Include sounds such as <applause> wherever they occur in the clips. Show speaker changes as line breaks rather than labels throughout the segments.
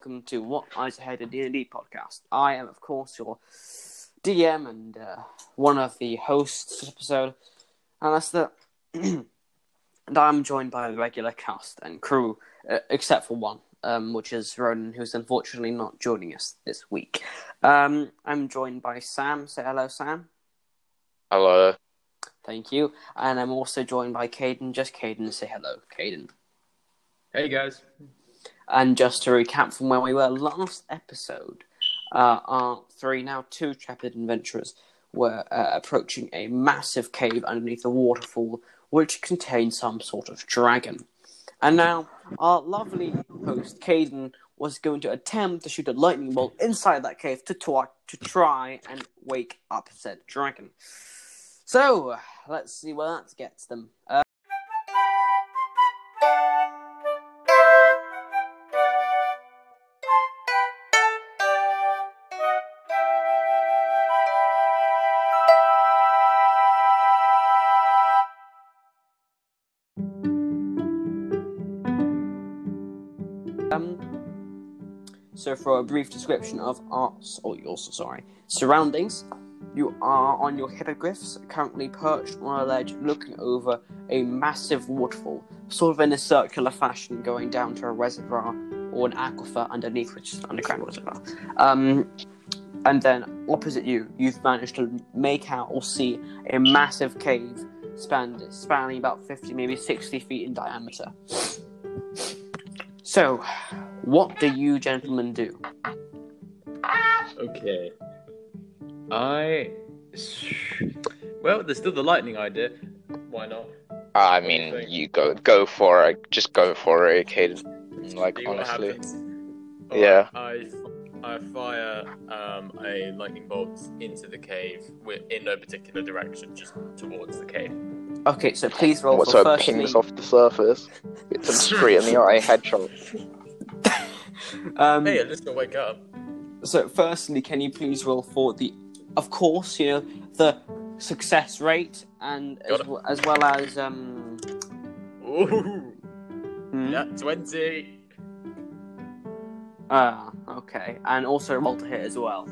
welcome to What Lies Ahead, a D&D podcast. I am, of course, your DM and uh, one of the hosts this episode, and that's the... <clears throat> and I'm joined by the regular cast and crew, uh, except for one, um, which is Ronan, who's unfortunately not joining us this week. Um, I'm joined by Sam. Say hello, Sam.
Hello.
Thank you. And I'm also joined by Caden. Just Caden, say hello, Caden.
Hey guys.
And just to recap from where we were last episode, uh, our three, now two Trapid adventurers were uh, approaching a massive cave underneath a waterfall which contained some sort of dragon. And now our lovely host, Caden, was going to attempt to shoot a lightning bolt inside that cave to, talk, to try and wake up said dragon. So, let's see where that gets them. Uh, Um, so, for a brief description of our, oh, you also sorry, surroundings, you are on your hippogriffs, currently perched on a ledge, looking over a massive waterfall, sort of in a circular fashion, going down to a reservoir or an aquifer underneath, which is an underground reservoir. Um, and then opposite you, you've managed to make out or see a massive cave span, spanning about 50, maybe 60 feet in diameter. So, what do you gentlemen do?
Okay.
Uh,
I. Well, there's still the lightning idea. Why not?
I mean, you go go for it. Just go for it, Caden. Mm, Like
See what
honestly,
happens.
Yeah.
I, I fire um, a lightning bolt into the cave wi- in no particular direction, just towards the cave.
Okay, so please roll
what's
for
up
firstly.
pings off the surface? It's a straight in the eye
<laughs>
headshot.
Um,
Hey, let's go wake up.
So, firstly, can you please roll for the, of course, you know the success rate and as,
Got it.
w- as well as um.
Ooh,
hmm?
yeah, twenty.
Ah, okay, and also roll to hit as well.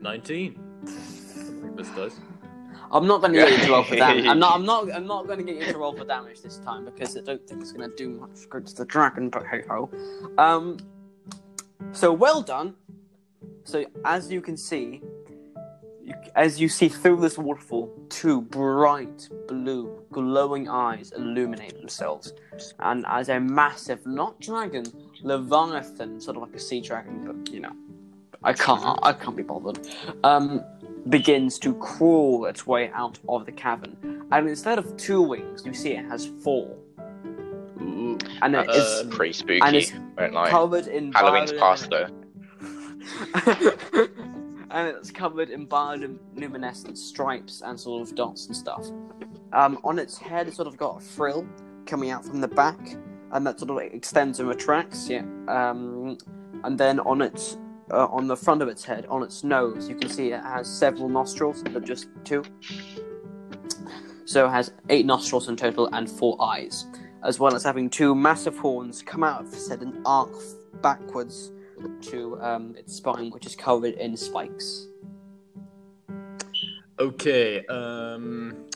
19. This does.
I'm not going to get you to roll for damage. I'm not. I'm not. I'm not going to get you to roll for damage this time because I don't think it's going to do much good to the dragon. But hey ho. Um. So well done. So as you can see, you, as you see through this waterfall, two bright blue glowing eyes illuminate themselves, and as a massive, not dragon, leviathan, sort of like a sea dragon, but you know, I can't. I can't be bothered. Um begins to crawl its way out of the cavern. And instead of two wings, you see it has four.
Ooh.
And it is
Um,
Pretty
and
spooky.
it's
Won't lie.
covered in
Uh, Halloween's
bio-
past though.
<laughs> and it's covered in bioluminescent stripes and sort of dots and stuff. Um, on its head, it's sort of got a frill coming out from the back, and that sort of extends and retracts. Yeah. Um, and then on its uh, on the front of its head, on its nose, you can see it has several nostrils, but just two. So it has eight nostrils in total and four eyes, as well as having two massive horns come out of its head and arc backwards to um, its spine, which is covered in spikes.
Okay, um,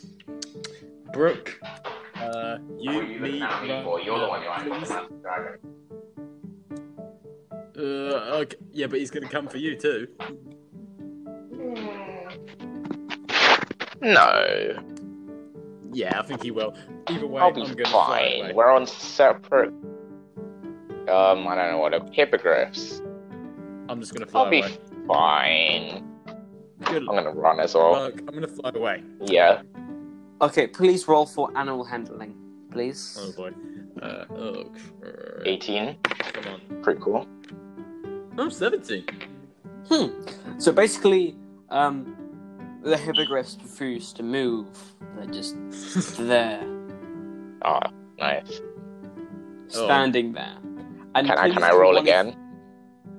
Brooke, uh, you, me, Ra- please. Uh, okay. Yeah, but he's gonna come for you too.
No,
Yeah, I think he will. Either way,
I'll
I'm
be
gonna fly
fine.
away.
We're on separate. Um, I don't know what a hippogriffs.
I'm just gonna fly
I'll be
away.
fine.
Good
I'm
luck.
gonna run as well.
Brooke, I'm gonna fly away.
Yeah.
Okay, please roll for animal handling, please.
Oh boy. Uh, oh, crap.
18.
come on. Oh,
Pretty cool.
I'm 17.
So basically, um, the hippogriffs refuse to move. They're just there,
Ah, nice.
standing there. And
Can I
please,
can I roll
one of-
again?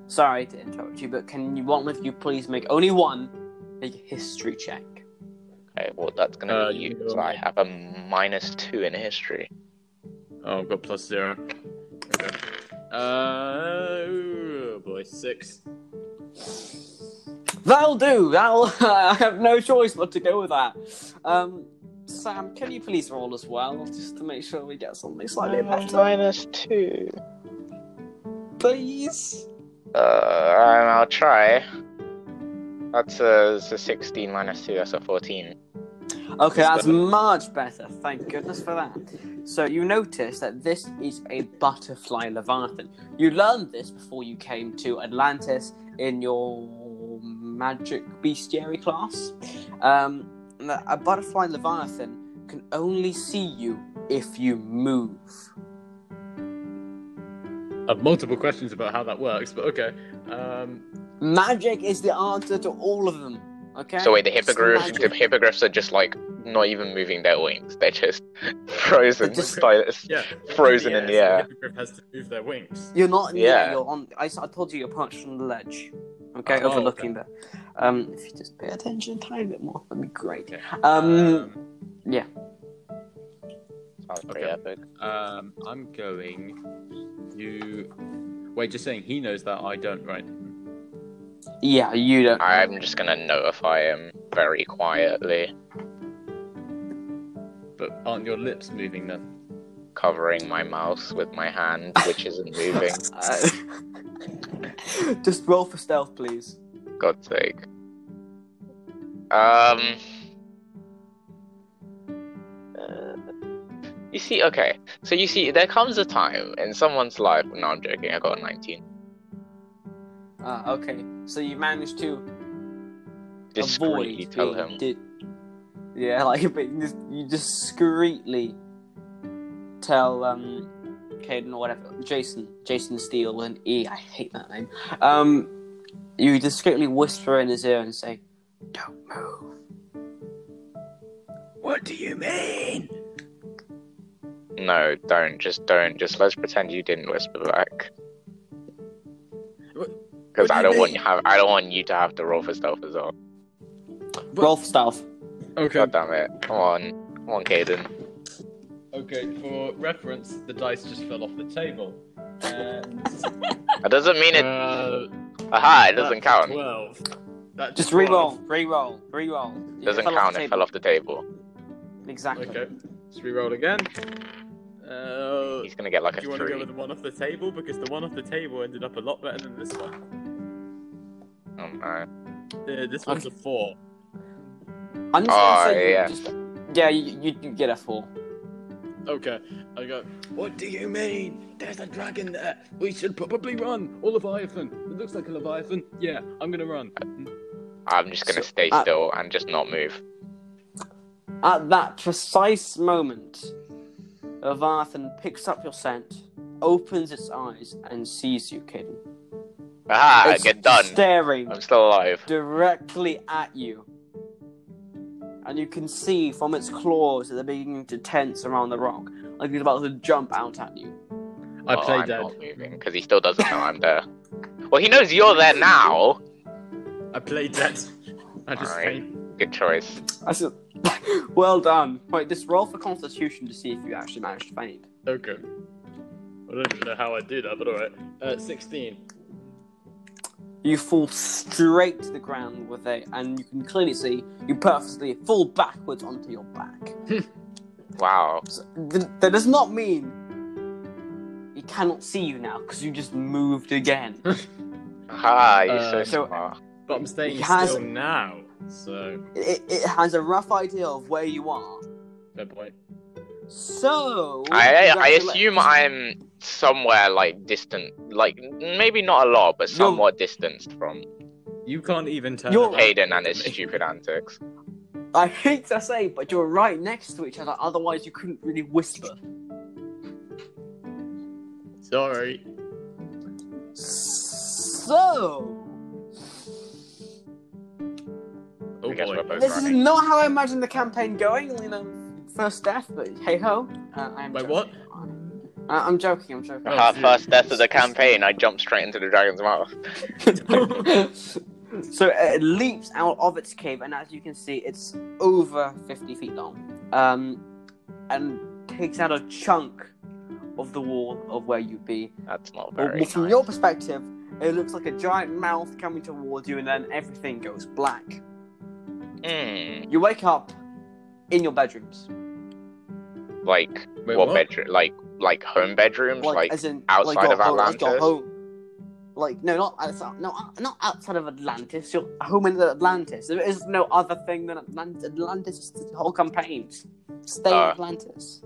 Sorry to interrupt you, but can you one of you please make only one make a history check?
Okay, well that's gonna
Uh,
be you.
you can go
So I
on.
have a minus two in history.
Oh, I've got plus zero. Okay. Uh, oh boy, six.
That'll do. That'll. <laughs> I have no choice but to go with that. Um, Sam, can you please roll as well, just to make sure we get something slightly
Uh,
better,
Minus two.
please?
Uh, and I'll try. That's a, it's a 16 minus 2, that's a 14.
Okay, that's much better. Thank goodness for that. So you notice that this is a butterfly Leviathan. You learned this before you came to Atlantis in your magic bestiary class. Um, and that a butterfly Leviathan can only see you if you move.
I have multiple questions about how that works, but okay. Um,
Magic is the answer to all of them. Okay.
So wait, the
It's
hippogriffs,
magic.
the hippogriffs are just like not even moving their wings. They're just <laughs> frozen.
They're just-
by this.
yeah.
Frozen in the
so
air.
hippogriff has to move their wings.
You're not near.
Yeah.
You're on. I, s- I told you you're perched on the ledge. Okay,
Oh,
overlooking there. Um, if you just pay attention a tiny bit more, that'd be great.
Okay.
Um,
Sounds pretty
Okay.
epic.
Um, I'm going. You. Wait, just saying he knows that I don't, right?
yeah, you don't.
I'm just gonna notify him very quietly,
But aren't your lips moving then?
covering my mouth with my hand, which isn't
<laughs>
moving.
Uh, <laughs> just roll for stealth, please.
God's sake. Um. uh, You see, okay, so you see, there comes a time in someone's life. No, I'm joking. I got a 19.
Uh, okay, so you managed to
Discreetly
avoid
tell
being
him.
di- yeah, <laughs> like but you, dis- you discreetly tell um, Caden or whatever Jason Jason Steele with an E. I hate that name. Um, you discreetly whisper in his ear and say, "Don't move."
What do you mean?
No, don't. Just don't. Just let's pretend you didn't whisper back.
What-
Because
what do
I
you
don't want you
mean?
have. I don't want you to have to roll for stealth as well.
But-
Roll for stealth.
Okay.
God damn it! Come on, come on,
<laughs>
Caden.
Okay. For reference, the dice just fell off the table. And,
That doesn't mean it.
uh,
Aha! It doesn't
that's
count.
Twelve. That's
Just
12.
re-roll, re-roll, re-roll. It
Doesn't
fell off
count.
the
It
table.
fell off the table.
Exactly.
Okay. Let's re-roll again. Uh,
He's gonna get like
do
a
you want to go
three.
with the one off the table because the one off the table ended up a lot better than this one.
Oh no.
Uh, this one's a four.
I'm just gonna
Oh,
say, you
yeah.
just- yeah, you, you, you get a four.
Okay, I go. What do you mean? There's a dragon there. We should probably run. Or leviathan. It looks like a leviathan. Yeah, I'm gonna run.
I'm just gonna
So,
stay
uh,
still and just not move.
At that precise moment, Leviathan picks up your scent, opens its eyes, and sees you, Caden.
Aha!
It's
Get done.
Staring
I'm still alive.
directly at you. And you can see from its claws that they're beginning to tense around the rock, like it's about to jump out at you.
I
Well,
play
I'm
dead.
not moving because he still doesn't know I'm there. Well, he knows you're there now.
I play dead. I just
Alright.
faint.
Good choice.
I said, <laughs> well done. Wait, just roll for constitution to see if you actually managed to faint.
Okay. I don't even know how I do that, but alright. Uh, 16.
You fall straight to the ground with it, and you can clearly see you purposely fall backwards onto your back.
Wow.
So, th- that does not mean he cannot see you now because you just moved again.
Aha! You're
Uh,
so
so-
smart.
But I'm staying
He has-
still now, so
it, it has a rough idea of where you are.
fair point.
So
I, I
congratulations.
assume I'm somewhere like distant, like maybe not a lot, but
No.
somewhat distanced from
You can't even turn
You're-
around.
Hayden and
<laughs>
his
Me.
stupid antics.
I hate to say, but you're right next to each other. Otherwise, you couldn't really whisper.
Sorry.
So
Oh
I guess
boy.
we're both
this is
running.
not how I imagined the campaign going. You know, first death, but hey ho. Uh, I'm
Wait,
joking.
what?
I- I'm joking. I'm joking.
Aha,
dude.
first death of the campaign, I jumped straight into the dragon's mouth.
so uh, it leaps out of its cave, and as you can see, it's over 50 feet long um, and takes out a chunk of the wall of where you'd be.
That's not
Or
very
from
nice.
your perspective, it looks like a giant mouth coming towards you, and then everything goes black.
Mm,
You wake up in your bedrooms,
like
Wait,
what, bedroom? Like like home bedrooms?
like,
Like,
as in
outside
like your
of
home- like your
Atlantis?
home. Like no, not outside, no, uh, not outside of Atlantis. Your home in Atlantis. There is no other thing than Atlantis. Atlantis is the whole campaign. Stay
Uh,
in Atlantis.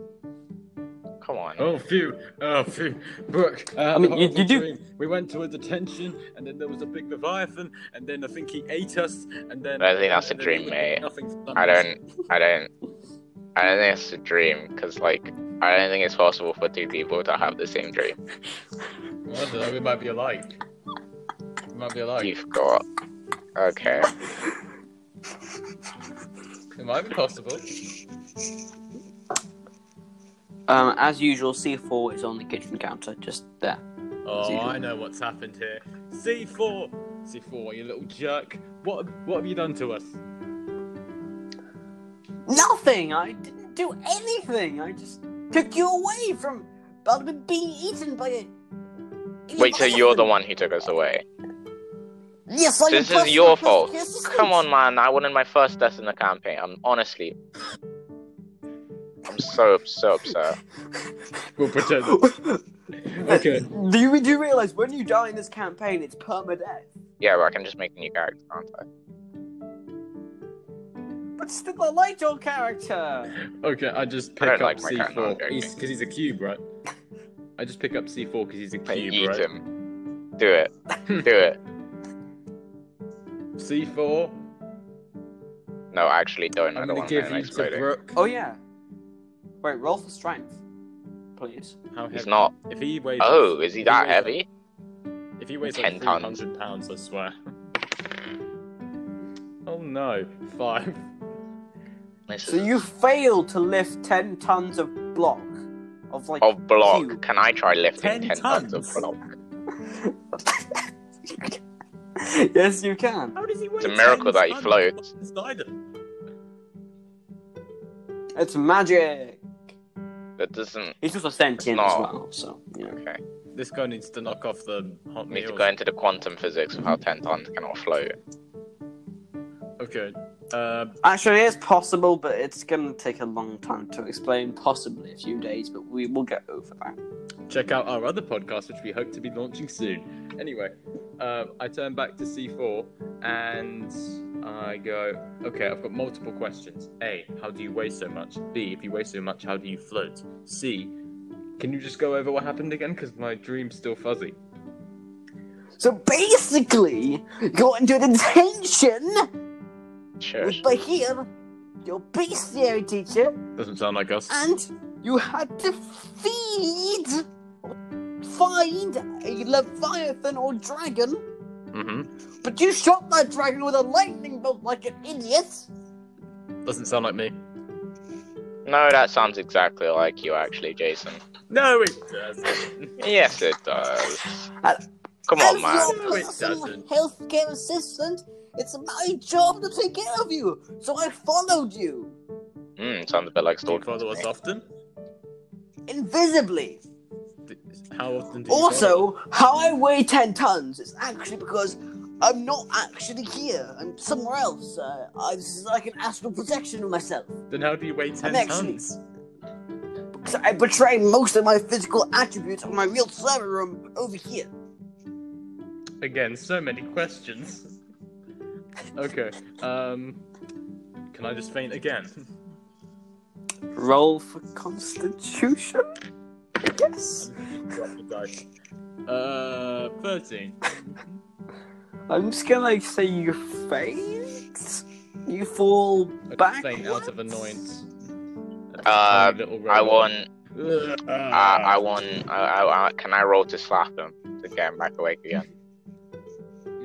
come on.
Oh phew, oh phew, Brooke. I, had
Uh, I mean,
a
you- you
horrible
do-
dream. We went to a detention, and then there was a big leviathan, and then I think he ate us, and then.
I think that's a
and then there
dream,
was
mate.
nothing for
I
us.
don't. I don't. I don't think it's a dream because like I don't think it's possible for two people to have the same dream.
Well, I don't know. We might be alike. We might be alike.
You've got. Okay.
It might be possible.
Um, as usual, C4 is on the kitchen counter, just there.
Oh,
usual.
I know what's happened here. C4, C4, you little jerk. What what have you done to us?
Nothing. I didn't do anything. I just took you away from about to being eaten by a.
Wait, so you're the one who took us away?
Yes, I
This is your fault. Come on, man. I wanted my first death in the campaign. I'm honestly. I'm so so upset.
We'll pretend.
<laughs> okay. <laughs> Do you do you realize when you die in this campaign, it's permadeath?
Yeah, but I can just make a new character, can't I?
But still, I like your character.
Okay, I just
I
pick
don't
up
like my character, I'm
C4
joking.
because he's, a cube, right? I just pick up C4 because he's a
Like,
cube,
eat
right?
him. Do it. Do it.
C4,
No, actually, don't. I
I'm
don't
gonna
want him
give you to
exploding.
Brooke.
Oh yeah. Wait, roll for strength, please.
How
He's
heavy-
not.
If he weighs.
Oh, is he
if
that
weighs like-
heavy?
if he weighs like
10 tons.
300 pounds, I swear. oh no, five.
This
So
is
you failed to lift ten tons of block, of like
of block.
cube.
Can I try lifting
10
ten, tons.
tons?
of block?
<laughs> yes, you can.
How does he weigh?
It's a miracle
10
that he
tons?
floats.
Inside him.
It's magic.
That doesn't.
He's also sentient
No.
as well, so you know.
Okay.
This guy needs to knock off the hot
We need to
meals.
go into the quantum physics of how ten tons cannot float.
Okay. Uh,
Actually, it's possible, but it's gonna take a long time to explain. Possibly a few days, but we will get over that.
check out our other podcast, which we hope to be launching soon. Anyway, uh, I turn back to C4 and I go, okay, I've got multiple questions. A, how do you weigh so much? B, if you weigh so much, how do you float? C, can you just go over what happened again? Because my dream's still fuzzy.
So basically, you got into detention
Sure.
with Bahir, your bestiary teacher,
Doesn't sound like us.
and you had to feed or find a leviathan or dragon
Mm-hmm.
But you shot that dragon with a lightning bolt like an idiot!
Doesn't sound like me.
No, that sounds exactly like you, actually, Jason.
No, it doesn't.
Yes, it does.
And-
Come
As
on, man.
your
No, it
personal
doesn't.
healthcare assistant, it's my job to take care of you, so I followed you
Mm, sounds a bit like
do you
stalking.
follow us often?
invisibly.
D- How often do you follow?
Also, how I weigh ten tons is actually because I'm not actually here. I'm somewhere else. Uh, I, this is like an astral protection of myself.
Then how do you weigh 10
actually-
tons?
So I betray most of my physical attributes on my real server room over here.
Again, so many questions. Okay. Um, can I just faint again?
Roll for Constitution. Yes.
uh, thirteen.
I'm just gonna like, say you faint. You fall
I
back.
just faint out of annoyance. That's a
Uh,
tiny little
I
robot.
want.
Ugh.
Uh, I
Ah.
want. I, I, I, can I roll to slap him to get him back awake again?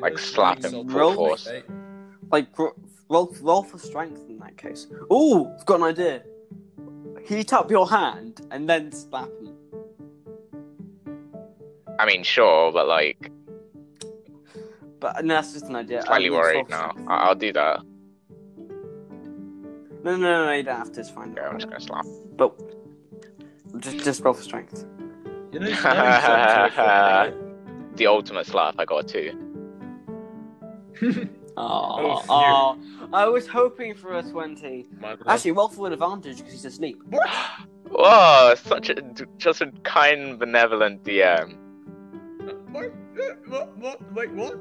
like slap him
Insult
full
roll.
force.
Like ro- roll, roll for strength in that case. Ooh, I've got an idea. Heat up your hand and then slap him.
I mean, sure, but like,
But no, that's just an idea.
slightly
Um,
worried
roll for
now.
strength.
I, I'll do that.
No, no, no, no, you don't have to. It's fine.
Okay, I'm just gonna slap.
But just, just roll for strength.
You know, you sound so
The ultimate slap, I got two.
terrified.
Oh,
phew.
oh, I was hoping for a 20.
<laughs>
My bad.
Actually, Rolf will an advantage because he's a sneak.
Whoa, such a just a kind, benevolent DM.
What? What? What? Wait, what?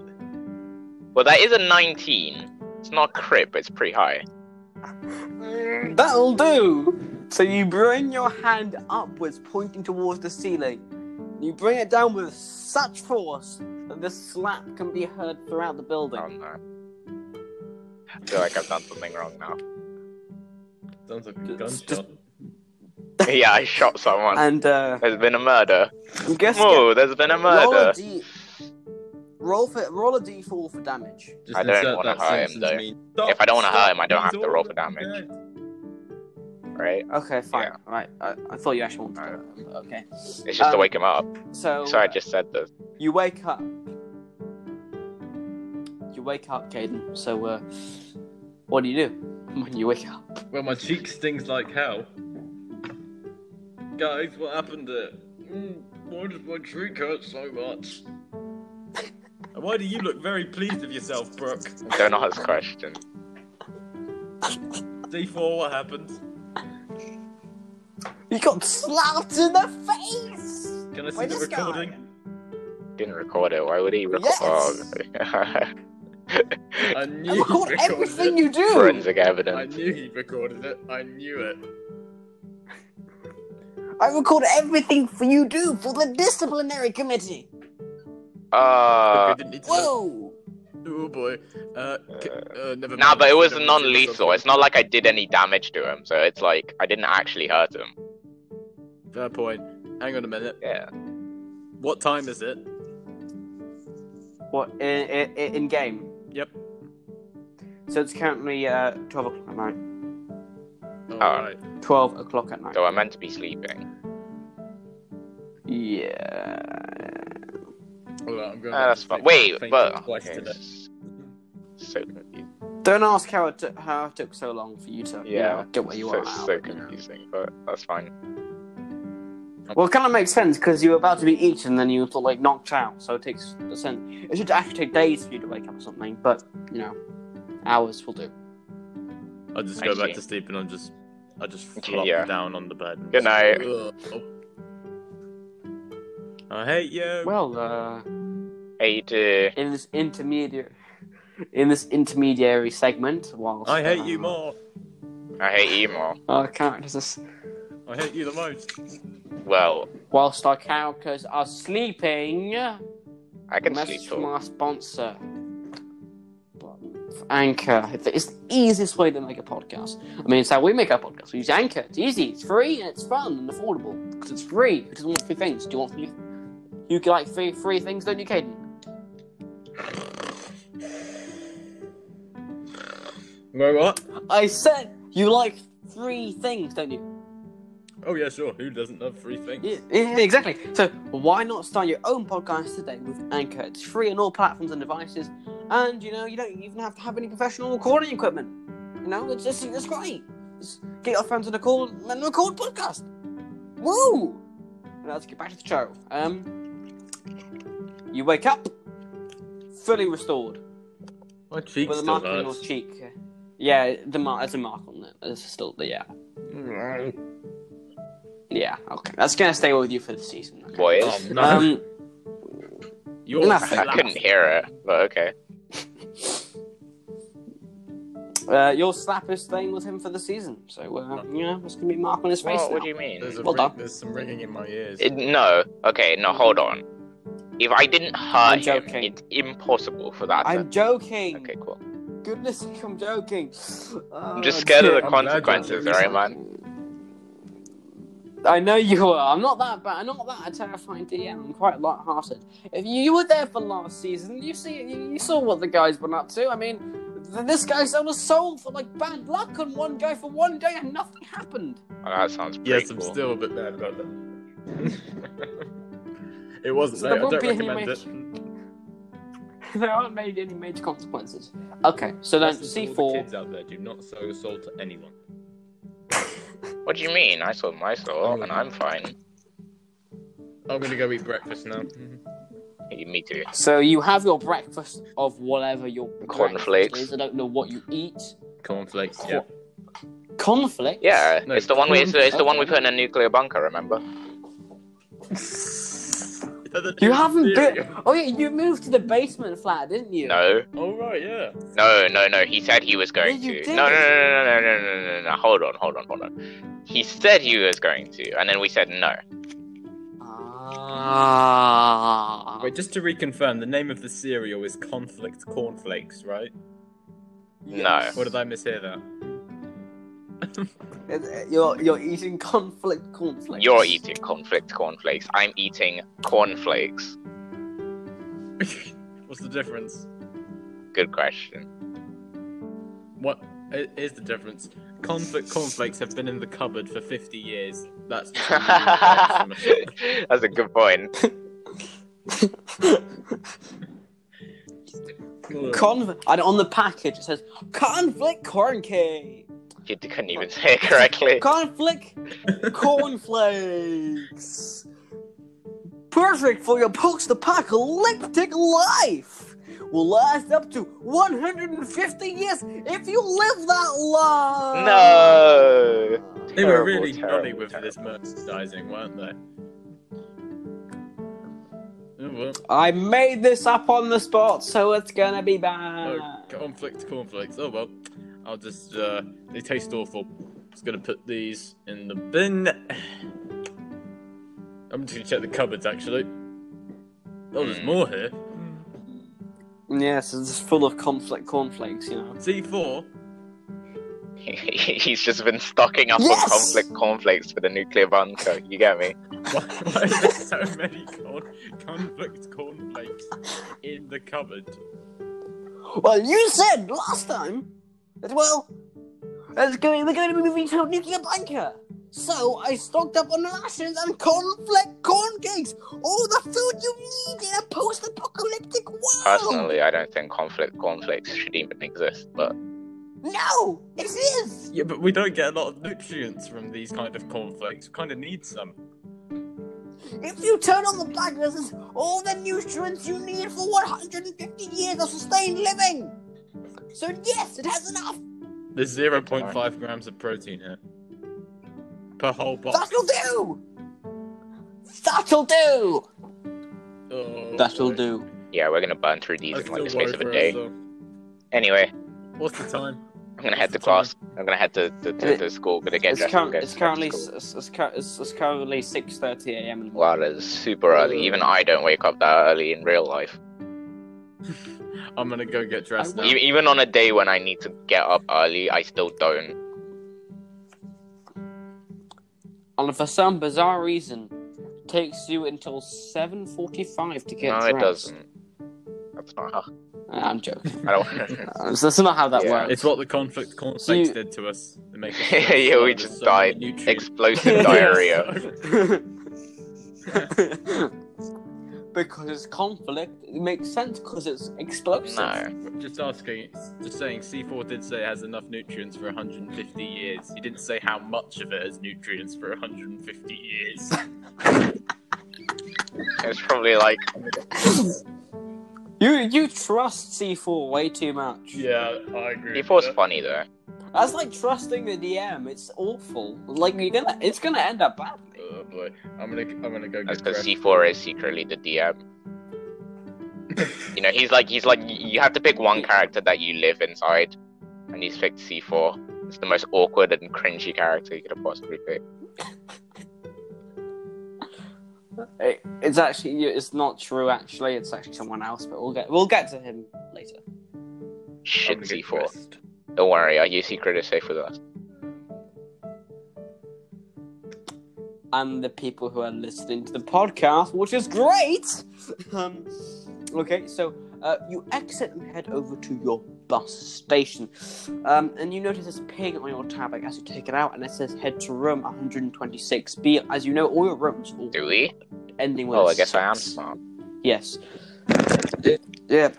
Well, that is a 19. It's not crit, but it's pretty high.
That'll do! So you bring your hand upwards, pointing towards the ceiling. You bring it down with such force that the slap can be heard throughout the building.
Oh no. I feel like I've done something wrong now. <laughs>
Sounds like a
Just-
gunshot.
just-
yeah, I shot someone.
And uh,
There's been a murder.
you guess
Whoa, there's been a
roll
murder.
a d roll for roll a d4 for damage.
Just
I don't
insert
wanna
that
hurt him,
sentence
though.
mean- Stop,
If I don't wanna hurt
stop,
him, I don't have
he's
to roll for
already
damage.
dead.
Right?
Okay, fine.
Yeah.
Right, I, I thought you actually wanted. To, but okay,
It's just to
Um,
wake him up.
so uh,
Sorry, I just said this.
you wake up. You wake up, Caden. So, uh, what do you do when you wake up?
Well, my cheek stings like hell. Guys, what happened there? Mm, why does my cheek hurt so much? and why do you look very pleased with yourself, Brooke?
<laughs>
Don't ask question.
D4, what happened?
You got slapped in the <laughs> face.
Can I see
By
the
this guy.
recording?
Didn't record it. Why would he record?
Yes.
I
I record
knew he recorded
everything
it.
you do.
<laughs> Forensic
<laughs>
I
evidence.
knew he recorded it. I knew
Uh,
it.
I record everything for you do for the disciplinary committee.
Okay,
Uh,
didn't need to know.
Whoa.
Oh boy. Uh, c- uh, never mind.
nah, but it was
Never mind.
non-lethal. It's not like I did any damage to him, so it's like I didn't actually hurt him.
Fair point. Hang on a minute.
Yeah.
What time is it?
What in, in, in game?
Yep.
So it's currently uh, twelve o'clock at night.
Alright.
Twelve o'clock at night.
So I meant to be sleeping.
Yeah.
Alright, I'm going
Ah, that's fine. Wait, but okay, it's so confusing.
Don't ask how it, t- how it took so long for you to you
Yeah,
know, get where you
so,
are. now,
so
you know.
confusing, but that's fine.
Well, it kind of makes sense because you were about to be eaten, and then you were sort of, like knocked out. So it takes a sense. It should actually take days for you to wake up or something, but you know, hours will do.
I'll just
I
go back
see.
to sleep and I'm just I just
Okay,
flop
yeah.
down on the bed. and
Good
just-
night.
Ugh. Oh. I hate you.
Well, uh,
Hey, do
in this intermediate, in this intermediary segment, whilst
I hate you
uh,
more.
I hate emo.
Our characters, are,
I hate you the most.
Well,
whilst our characters are sleeping.
I can sleep
message from
till
our sponsor, Anchor. It's it's the easiest way to make a podcast. I mean, it's how we make our podcast. We use Anchor. It's easy. It's free and it's fun and affordable because it's free. Who doesn't want free things? Do you want free? You like free free things, don't you, Caden?
Wait, what?
I said you like free things, don't you?
Oh yeah, sure. Who doesn't love free things?
Yeah, yeah, exactly. So why not start your own podcast today with Anchor? It's free on all platforms and devices, and you know you don't even have to have any professional recording equipment. You know, it's just it's great. Just get your friends on a call and let them record podcast. Woo! Now let's get back to the show. Um, you wake up fully restored
My cheek
with a
still
mark on your
hurts.
cheek. Yeah, the mark. There's a mark on it. There's still the yeah.
Oh,
Yeah, okay. That's gonna stay with you for the season. okay?
boys.
Oh, no.
Um,
You're
nothing.
I
slapped.
couldn't hear it, but okay.
uh, your slap is staying with him for the season, so uh, you know that's gonna be a mark on his face.
What, what
now.
do you mean?
There's, a
Well
ring,
done.
there's some ringing in my ears.
It- no. Okay, no, hold on. If I didn't hurt
I'm
him,
joking.
it's impossible for that.
I'm
to-
joking.
Okay, cool.
Goodness, <laughs> sake, I'm joking. Oh,
I'm just scared of
shit.
the
I'm glad you're
consequences,
doing
alright, man?
I know you are. I'm not that bad. I'm not that a terrifying DM. I'm quite light-hearted. If you, you were there for last season, you see, you, you saw what the guys went up to. I mean, th- this guy sold a soul for like bad luck on one guy for one day, and nothing happened. <laughs>
Oh, that sounds pretty
yes,
cool.
I'm still a bit mad about that. <laughs> it wasn't.
So
mate,
there
I
won't
don't
be any
recommend it.
there aren't made any major consequences. Okay, so then C
The
four.
kids out there do not sow salt to anyone. Oh,
What do you mean? I sold my soul, and I'm fine.
I'm gonna go eat breakfast now.
Me too.
So you have your breakfast of whatever your
Cornflakes.
breakfast is. I don't know what you eat.
Cornflakes.
Cor-
Yeah.
Cornflakes.
Yeah,
No,
it's the one we it's, the- it's the one we put in a nuclear bunker. Remember?
You haven't been. Oh yeah, you moved to the basement flat, didn't you?
No,
Oh right, yeah.
no, no, no. He said he was going
Yeah, you
to. No, no,
did.
no, no, no, no, no, no, no, no. Hold on, hold on, hold on. He said he was going to, and then we said no.
Ah.
Wait, just to reconfirm, the name of the cereal is Conflict Cornflakes, right?
Yes.
Or did I mishear that?
You're you're eating conflict cornflakes.
You're
<laughs>
eating conflict cornflakes. I'm eating cornflakes.
What's the difference?
Good question. <laughs>
What i- is the difference? Conflict cornflakes have been in the cupboard for 50 years.
<laughs>
That's
That's a good point.
Conv- and on the package it says conflict corn cake,
You couldn't even say it correctly.
<laughs> conflict cornflakes. Perfect for your post-apocalyptic life. Will last up to 150 years if you live that long.
No.
They were
Terrible,
really jolly
terrible,
with this merchandising, weren't they? Oh, well.
I made this up on the spot, so it's gonna be bad.
Oh, conflict cornflakes. Oh well, I'll just. Uh, they taste awful. Just gonna put these in the bin. I'm just gonna check the cupboards actually. Oh, there's
Hmm.
more here.
Yes, it's just full of conflict cornflakes, you know.
C4.
<laughs> He's just been stocking up
Yes!
on conflict cornflakes for the nuclear bunker. You get me?
Why, why is there so many corn, conflict cornflakes in the cupboard?
Well, you said last time that, well, it's going, we're going to be moving to a nuclear bunker. So I stocked up on rations and cornflake corn cakes, all the food you need in a post-apocalyptic world.
Personally, I don't think conflict cornflakes should even exist, but
No, it is.
Yeah, but we don't get a lot of nutrients from these kind of cornflakes. We kind of need some.
If you turn on the bunker, it's all the nutrients you need for 150 years of sustained living. So yes, it has enough.
There's 0.5 grams of protein here per whole box.
That'll do. That'll do.
Oh, boy.
do.
yeah, we're gonna burn through these
I
in like
still
the space
worry
of a
for
day.
us, though.
Anyway,
What's the time?
I'm gonna head to
That's the time.
class. I'm gonna head to, to, to, to school. Gonna get
It's,
dressed.
cur-
and go
it's
to go to
currently
school.
it's, it's, cur- it's, it's currently six thirty a.m. in the morning.
Wow, that is super
Uh,
early. Even I don't wake up that early in real life.
I'm gonna go get dressed
I
now.
will-
E- even on a day when I need to get up early, I still don't.
and for some bizarre reason, it takes you until seven forty-five to get
no,
dressed.
it doesn't. That's not how.
Ah, I'm joking. <laughs>
I don't. <laughs>
Uh, so that's not how that
Yeah.
works.
It's what the conflict cornflakes
So you-
did to us. They make
<laughs>
us
Yeah,
stressed
we
out. There's
just
so many
died.
nutrients.
Explosive <laughs> diarrhea.
<laughs>
<laughs> because it's conflict. It makes sense because it's explosive.
No.
Just asking, just saying, C4 did say it has enough nutrients for 150 years. He didn't say how much of it has nutrients for 150
<laughs>
years.
It's probably like
You you trust C4 way too much.
yeah, I agree.
D4's funny though.
That's like trusting the DM. It's awful. Like you're gonna, it's gonna end up badly.
Oh boy, I'm gonna, I'm gonna go
That's
get
because
dressed.
C4 is secretly the DM. you know, he's like, he's like, you have to pick one character that you live inside, and he's picked C4. It's the most awkward and cringy character you could have possibly picked.
It- It's actually, it's not true. Actually, it's actually someone else. But we'll get, we'll get to him later.
Shit,
I'm gonna get
C4.
dressed.
Don't worry, our new secret is safe with us.
And the people who are listening to the podcast, which is great. <laughs> Um, okay, so uh, you exit and head over to your bus station, um, and you notice this ping on your tab like, as you take it out, and it says head to room 126B. As you know, all your rooms are all
Do we?
ending with.
Oh,
a
I guess I am
six.
smart.
Yes. Yeah.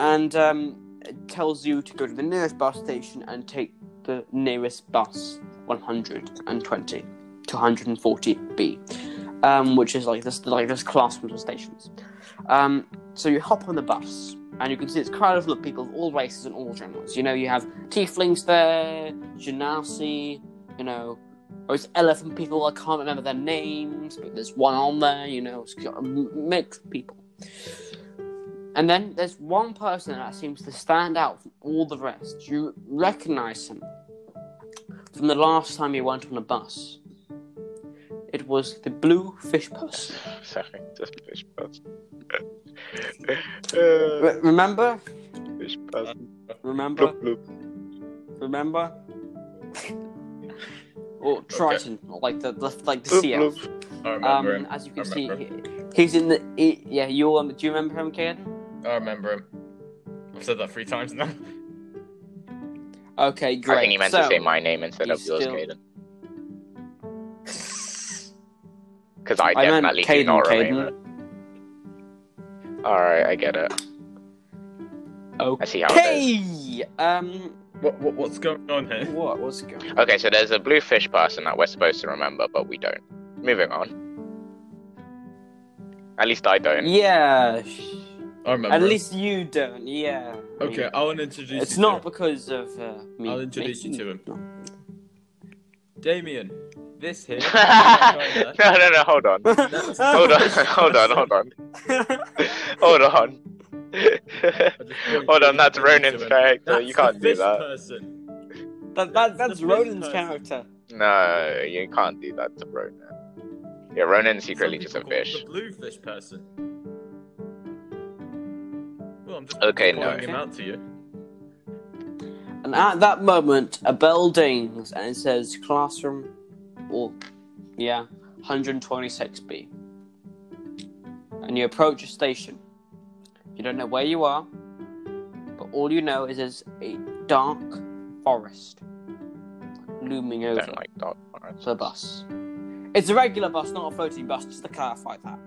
And um, it tells you to go to the nearest bus station and take the nearest bus 120 to 140B. um, which is like this like this classrooms and stations. Um, so you hop on the bus, and you can see it's crowded full of people of all races and all genders. You know, you have tieflings there, genasi, you know, or it's elephant people. I can't remember their names, but there's one on there. You know, it's got m- mixed people. And then there's one person that seems to stand out from all the rest. You recognize him from the last time you went on a bus. It was the blue fish person.
Sorry, just Uh, fish <laughs> buzz.
Re- remember?
fish buzz.
Remember?
Bloop, bloop.
Remember? <laughs> or Triton, like the, the like the
Bloop,
CF.
bloop.
I remember
Um,
him.
as you
I
can see,
remember
he- he's in the. He, yeah, you um, do you remember him, Caden?
I remember him. I've said that three times now. <laughs>
Okay,
I
great.
think he meant
so,
to say my name instead
you
of yours,
still- <laughs>
Caden. Because I
I meant
definitely do
Caden,
not
Caden.
remember. Alright, I get it. I see how it is.
Okay. Um.
What, what what's going on here?
What? What's going? on?
Okay, so there's a blue fish person that we're supposed to remember, but we don't. Moving on. At least I <laughs> don't.
Yeah. sh-
I remember.
At
him.
least you don't. Yeah. I mean,
Okay, I'll introduce.
it's
you
not
To him.
because of uh, me.
I'll introduce
<laughs>
you to him.
No.
Damien,
<laughs>
this here.
no, no, no, hold on. <laughs> Hold
<laughs>
on, hold on, hold on. Hold on. <laughs> hold on, that's Ronan's character. You can't do that.
Person.
that, that,
That's
that's
the
Ronan's
business.
character.
No, you can't do that to Ronan. Yeah, Ronan's secretly
Some
just a
people call
fish.
The blue fish person. Well, I'm just
Okay,
calling
no.
him out to you.
And at that moment, a bell dings and it says classroom, or yeah, 126B. And you approach a station. You don't know where you are, but all you know is it's a dark forest looming
I
over
don't like dark forests.
the bus. It's a regular bus, not a floating bus, just to clarify that.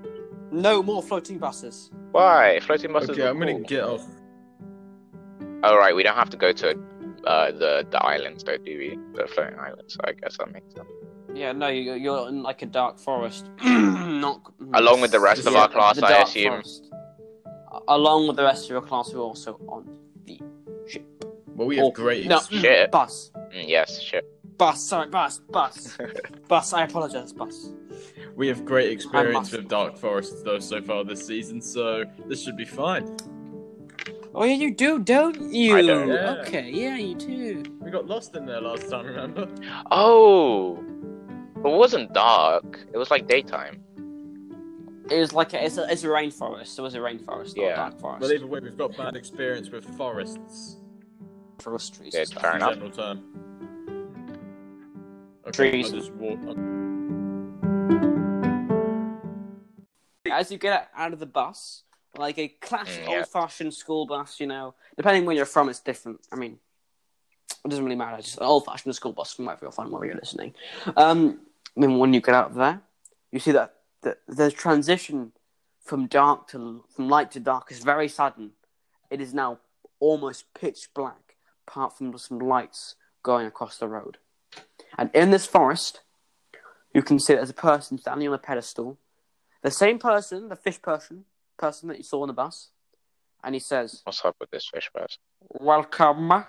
No more floating buses.
Why? Floating buses.
Okay,
are
I'm gonna
cool.
get off.
All right, we don't have to go to uh, the the islands, though, do we? The floating islands. So I guess that makes sense.
Yeah, no, you- you're in like a dark <clears throat> forest. Not
Along with the rest
of
Yeah,
our
class,
the
I
dark
assume.
forest. A- Along with the rest of your class, you're also on
Well, we have
Oh,
great.
no,
ex-
Shit.
bus,
Mm, yes, shit.
bus. Sorry, bus,
<laughs>
bus, bus. I apologize, bus.
We have great experience
must-
with dark forests though so far this season, so this should be fine.
Oh yeah, you do, don't you?
I don't.
Yeah.
Okay, yeah, you do.
We got lost in there last time, remember?
Oh, it wasn't dark. It was like daytime.
It was like a, it's a it's a rainforest. It was a rainforest, not
Yeah.
a dark forest.
Well, either way, we've got bad experience with forests.
forest trees.
Yeah,
and
it's
stuff.
fair
in
enough.
general term. Okay,
Trees.
I'll just walk-
<laughs> As you get out of the bus, like a classic
Mm, yeah.
old-fashioned school bus, you know, depending where you're from, it's different. I mean, it doesn't really matter. It's just an old-fashioned school bus from wherever you're from, wherever you're listening. Um, then when you get out of there, you see that the, the transition from dark to from light to dark is very sudden. It is now almost pitch black, apart from some lights going across the road. And in this forest, you can see there's a person standing on a pedestal the same person, the fish person, person that you saw on the bus, and he says,
What's up with this fish person?
"Welcome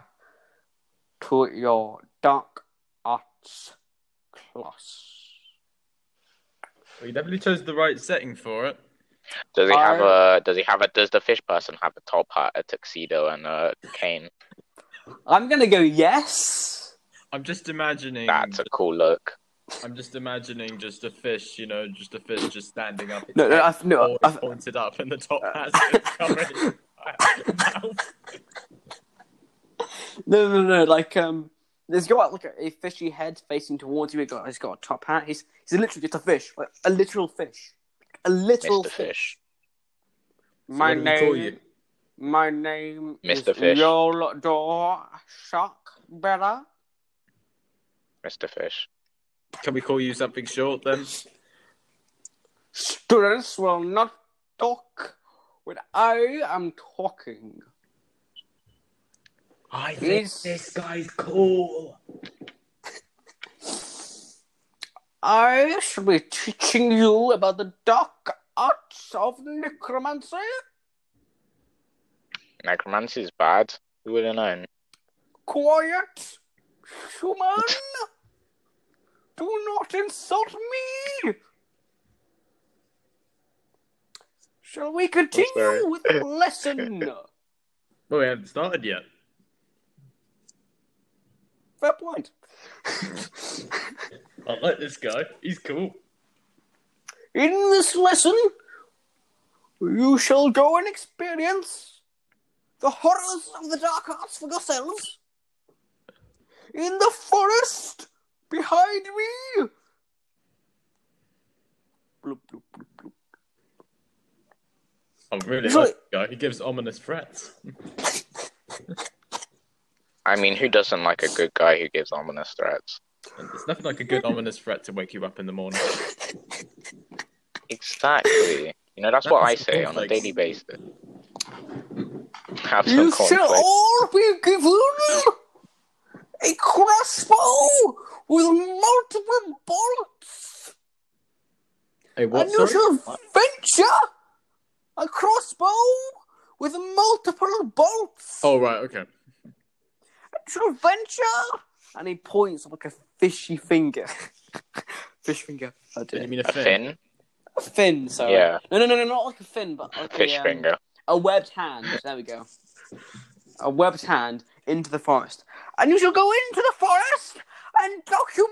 to your dark arts class."
We definitely chose the right setting for it.
Does he have
Are-
a? Does he have a? Does the fish person have a top hat, a tuxedo, and a cane?
I'm gonna go yes.
I'm just imagining.
That's a cool look.
I'm just imagining just a fish, you know, just a fish just standing up.
No, no, I've, no.
Always
I've,
pointed up, and the top has it covering his mouth.
No, no, no. Like, um, there's got like a, a fishy head facing towards you. He's got, he's got a top hat. He's he's literally just a fish, like a literal fish, a literal
Mr. Fish.
My
So what do we call
name,
you?
my name
Mr.
is
Fish.
Yoldor Shark Better.
Mr. Fish.
Can we call you something short then?
Students will not talk when I am talking.
I
think Yes. this
guy's cool.
I shall be teaching you about the dark arts of necromancy.
Necromancy is bad. Who would have known?
Quiet, human. Do not insult me. Shall we continue with the lesson?
Well, we haven't started yet.
Fair point.
I like this guy. He's cool.
In this lesson, you shall go and experience the horrors of the dark arts for yourselves. In the forest behind me. Bloop, bloop, bloop, bloop.
I really
Sorry.
like this guy. He gives ominous threats.
I mean, who doesn't like a good guy who gives ominous threats?
And There's nothing like a good ominous threat to wake you up in the morning.
Exactly. You know, that's what
Have
I
some
say on a
cornflakes.
daily basis. Have some
You shall
cornflakes.
all be given a crossbow with multiple bullets,
Hey, what?
and you
sorry?
shall venture a crossbow with multiple bolts.
Oh, right, okay.
shall venture, and he points like a fishy finger. <laughs> Fish finger. I
Did you
did.
mean a,
A
fin?
fin?
A fin, sorry.
Yeah.
No, no, no, no, not like a fin, but like
Fish
a, um,
finger.
a webbed hand. There we go. A webbed hand into the forest. And you shall go into the forest and document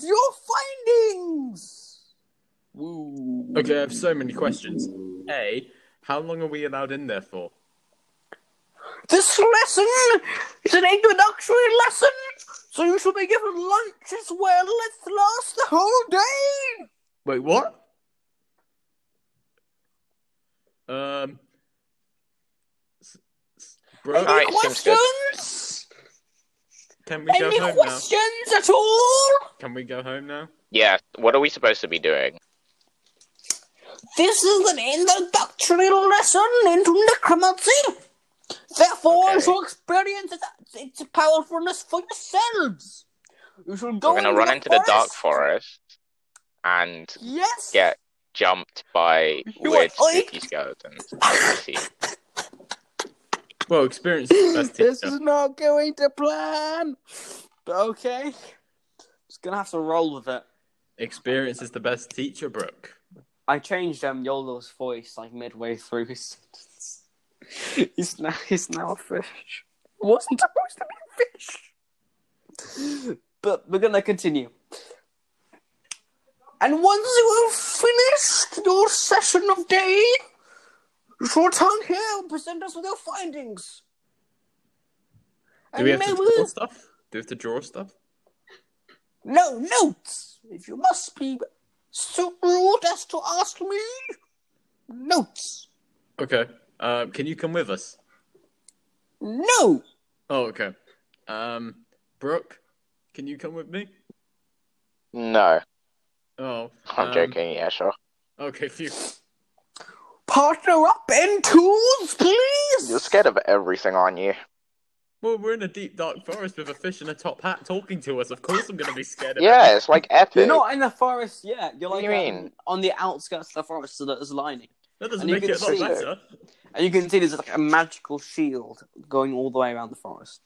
your findings. Woo.
Okay, I have so many questions. A, how long are we allowed in there for?
This lesson is an introductory lesson, so you shall be given lunch as well. Let's last the whole day.
Wait, what? Um, s- s- bro,
Any
Alright, seems good.
questions?
can we go
Any
home now?
questions at all?
Can we go home now?
Yeah, what are we supposed to be doing?
This is an introductory lesson into necromancy. Therefore, you
Okay.
shall experience its, its powerfulness for yourselves. You shall go
We're gonna run into the dark forest and
Yes.
get jumped by
You
weird
want oink?
spooky skeletons. I see.
Well, experience is the
<laughs>
best
this
teacher.
is not going to plan. But okay. Just gonna have to roll with it.
Experience is the best teacher, Brooke.
I changed um Yolo's voice like midway through his sentence. <laughs> he's now he's now a fish. Wasn't supposed to be a fish. But we're gonna continue. And once you have finished your session of day, you shall return here and present us with your findings.
Do we have to
And may
draw stuff? Do we have to draw stuff?
no notes. If you must be so rude as to ask me, notes.
Okay. Um, can you come with us?
No.
Oh, okay. Um, Brooke, can you come with me?
No,
Oh,
I'm
um,
joking. Yeah, sure.
Okay, phew.
Partner up in tools, please.
You're scared of everything, aren't you?
Well, we're in a deep dark forest with a fish in a top hat talking to us. Of course, I'm gonna be scared. Of
Yeah, it's like epic.
You're not in the forest yet. You're
What
like
do you mean?
um, on the outskirts of the forest so that there's lining,
That doesn't
And you
make
can
it a lot
see-
better.
and you can see there's like a magical shield going all the way around the forest.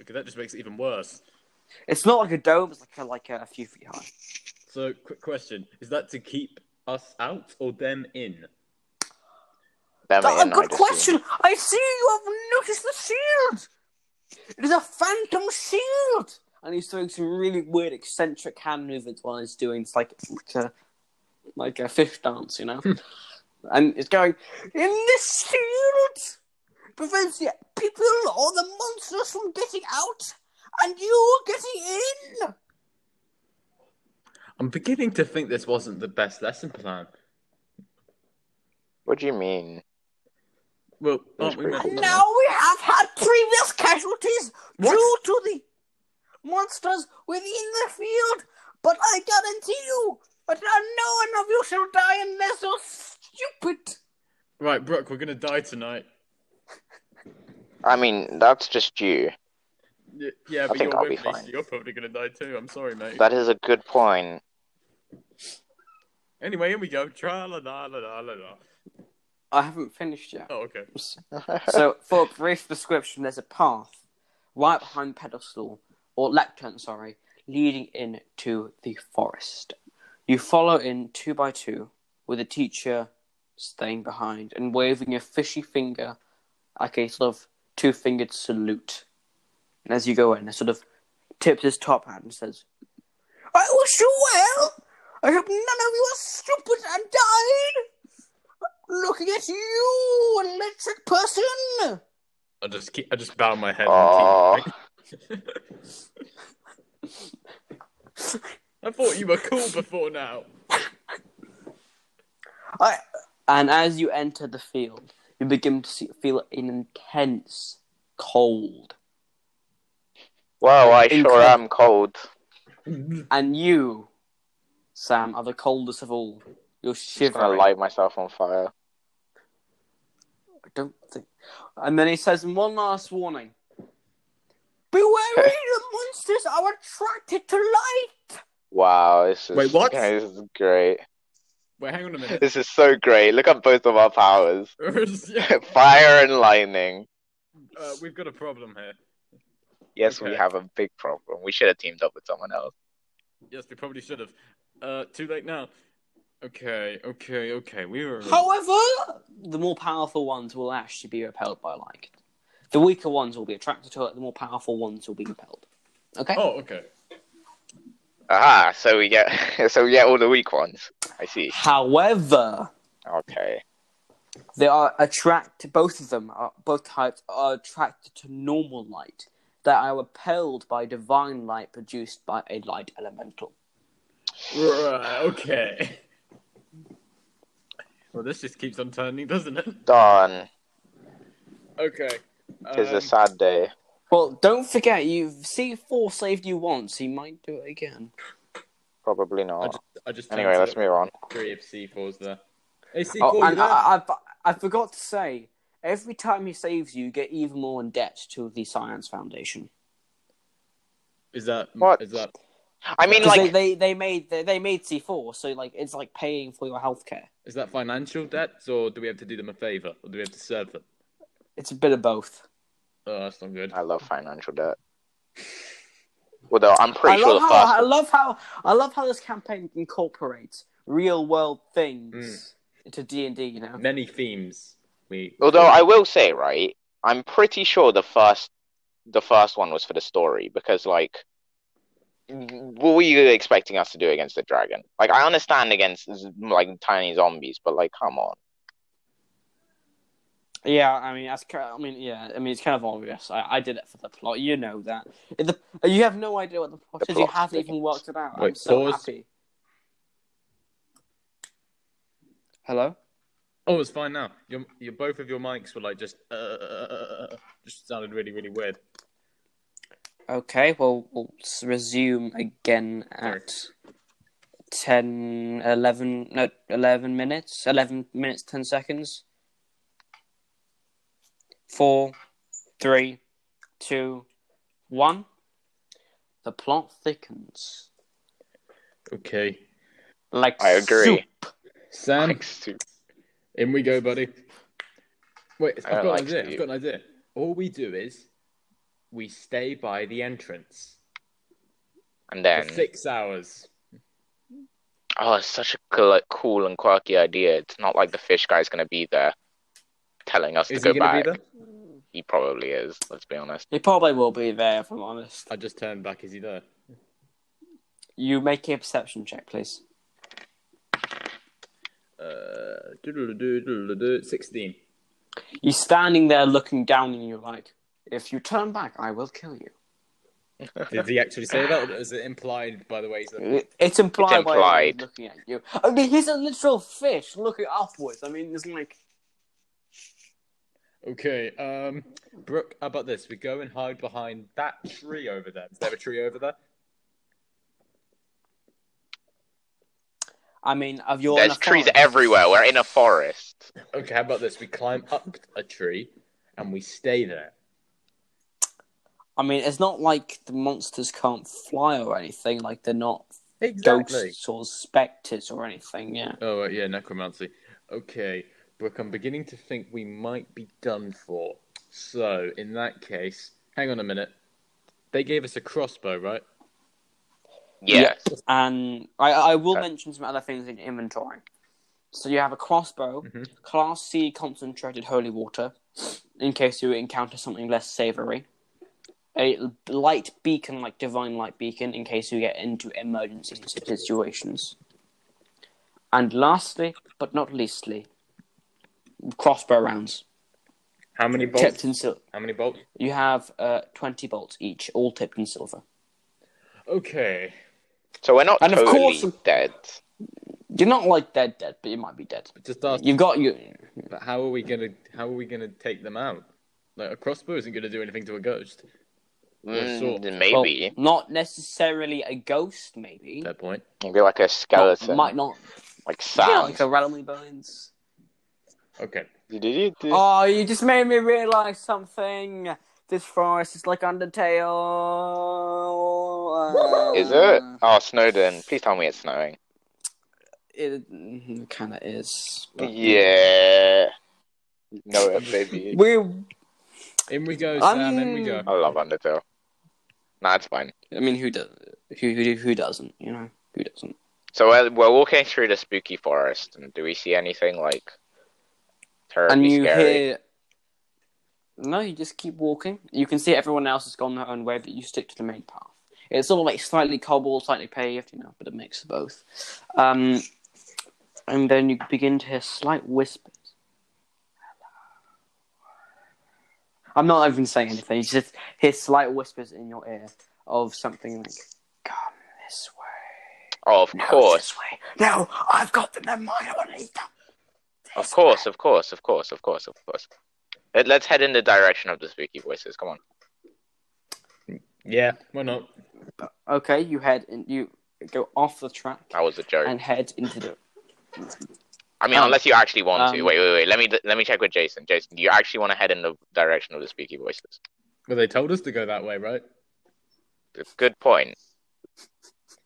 Okay, that just makes it even worse.
It's not like a dome; it's like a, like a few feet high.
So, quick question: Is that to keep us out or them in?
Them
That's
in,
a
I
good
just
question. I see you have noticed the shield. It is a phantom shield, and he's doing some really weird eccentric hand movements while he's doing it's like like a like a fish dance, you know. and it's going in this shield prevents the people or the monsters from getting out, and you getting in.
I'm beginning to think this wasn't the best lesson plan.
What do you mean?
Well,
That's
aren't we
pretty
meant
cool.
And now we have had previous casualties
What?
due to the monsters within the field, but I guarantee you that no one of you shall die unless you're stupid.
Right, Brooke, we're gonna die tonight.
I mean, that's just you.
Y- Yeah, but
think
you're
I'll
with
be
me, so
fine.
you're probably gonna die too. I'm sorry, mate.
That is a good point.
Anyway, here we go. Tra la la la la la la.
I haven't finished yet.
Oh, okay.
so, for a brief description, there's a path right behind pedestal or lectern, sorry, leading into the forest. You follow in two by two, with the teacher staying behind and waving a fishy finger, like a sort of two-fingered salute. And as you go in, he sort of tips his top hat and says, "I wish you well. I hope none of you are stupid and died." Looking at you, electric person.
I just keep, I just bow my head.
Aw.
And keep I thought you were cool before now.
I... And as you enter the field, you begin to see, feel an intense cold.
Wow, I sure
Incredible.
am cold.
And you, Sam, are the coldest of all.
I'm
You're
gonna
shivering.
light myself on fire.
I don't think. And then he says, "And one last warning. Beware the monsters are attracted to light.
Wow, this is
Wait, what?
yeah, <laughs> this is great.
Wait, hang on a minute.
This is so great. Look at both of our powers. <laughs>
Yeah,
fire and lightning.
uh, we've got a problem here.
Yes, we
Okay.
have a big problem. We should have teamed up with someone else.
Yes, we probably should have. Uh, too late now. Okay, okay, okay. We were.
However, the more powerful ones will actually be repelled by light. The weaker ones will be attracted to it. The more powerful ones will be repelled. Okay.
Oh, okay.
Aha, so we get <laughs> so we get all the weak ones. I see.
However,
Okay.
they are attracted. Both of them are both types are attracted to normal light. They are repelled by divine light produced by a light elemental.
Right, okay. Well, this just keeps on turning, doesn't it?
Dawn.
Okay.
Tis
um,
a sad day.
Well, don't forget, you've C4 saved you once. He might do it again.
Probably
I
not.
just, I just turned
Anyway,
to
let's
the
move on.
Three of C4s there. Hey, C4,
Oh,
you
and
there?
I, I, I forgot to say, every time he saves you, you get even more in debt to the Science Foundation.
Is that
What?
is that?
I mean,
'Cause
like,
they, they, they made they, they made C4, so like it's like paying for your healthcare.
Is that financial debts, or do we have to do them a favor, or do we have to serve them?
It's a bit of both.
Oh, that's not good.
I love financial debt. Although I'm pretty
I
sure
love
the
how
first
I love how I love how this campaign incorporates real world things into D and D. You know,
Many themes. We
Although I will say, right, I'm pretty sure the first the first one was for the story because like what were you expecting us to do against the dragon? Like I understand against z- like tiny zombies, but like come on.
Yeah, I mean, that's kind I mean, yeah, I mean, it's kind of obvious. I, I did it for the plot. You know that. If The, you have no idea what the plot
The
is. You
plot
haven't
thickens.
even worked it out. I'm
Wait,
so
pause.
happy. Hello.
Oh, it's fine now. Your, your both of your mics were like just uh, just sounded really really weird.
Okay. Well, we'll s- resume again at ten, eleven, no, eleven minutes, eleven minutes, ten seconds. Four, three, two, one. The plot thickens.
Okay,
Like
I agree.
Sam,
Like, su-
in we go, buddy. Wait,
I
I've got
like
an idea.
Steve.
I've got an idea. All we do is we stay by the entrance
And then
for six hours.
oh, it's such a cool, cool and quirky idea. It's not like the fish guy's gonna be there telling us
Is
to
he
go
gonna
back.
be there?
He probably is. Let's be honest.
He probably will be there, if I'm honest.
I just turned back. Is he there?
You make a perception check, please.
Uh, doodle-doo, doodle-doo, sixteen.
You're standing there looking down, and you're like, if you turn back, I will kill you.
Did he actually say that, or is it implied by the way he's looking?
It's implied, by
implied.
looking at you. I mean, he's a literal fish looking upwards. I mean, it's like,
Okay, um, Brooke, how about this? We go and hide behind that tree over there. Is there a tree over there?
I mean, of your
There's trees everywhere. We're in a forest.
Okay, how about this? We climb up a tree and we stay there.
I mean, it's not like the monsters can't fly or anything. Like they're not.
Exactly.
ghosts or specters or anything. Yeah.
Oh uh, yeah, necromancy. Okay, Brooke, I'm beginning to think we might be done for. So in that case, hang on a minute. They gave us a crossbow, right?
Yeah.
And I, I will
Okay.
mention some other things in inventory. So you have a crossbow,
Mhm.
class C concentrated holy water, in case you encounter something less savory. A light beacon, like divine light beacon, in case you get into emergency situations. And lastly, but not leastly, crossbow rounds
How many
tipped
bolts?
in silver.
How many bolts?
You have uh, twenty bolts each, all tipped in silver.
Okay.
So we're not
And of
totally
course-
dead.
You're not like dead, dead, but you might be dead.
Just ask.
You've got you.
But how are we gonna? How are we gonna take them out? Like a crossbow isn't gonna do anything to a ghost.
Mm,
sort.
Well,
maybe.
not necessarily a ghost, maybe.
Fair point.
Maybe like a
Not-
skeleton.
might not.
Like
Yeah,
Sam.
like the realm of bones.
Okay.
Oh, you just made me realize something. This forest is like Undertale.
Is it?
uh,
Oh, Snowden. Please tell me it's snowing.
It kind of is. but-
Yeah. No, it,
<laughs>
baby.
We.
In we go,
Um,
Sam. In we go.
I love Undertale. Nah, it's fine.
I mean, who does? Who who who doesn't? You know, who doesn't?
So uh, we're, we're walking through the spooky forest, and do we see anything like terribly
and you
scary?
hear no you just keep walking you can see everyone else has gone their own way but you stick to the main path it's sort of like slightly cobbled slightly paved you know but a mix of both um, and then you begin to hear slight whispers i'm not even saying anything you just hear slight whispers in your ear of something like come this way
Oh, of
no,
course,
this way no i've got them they're mine i want to eat them
of course, of course, of course, of course, of course. Let, let's head in the direction of the spooky voices. Come on.
Yeah. Why not?
okay you head and you go off the track
That was a joke.
and head into the.
I mean,
um,
unless you actually want to.
um,
Wait, wait, wait. Let me let me check with Jason. Jason, do you actually want to head in the direction of the spooky voices?
Well, they told us to go that way, right?
Good point.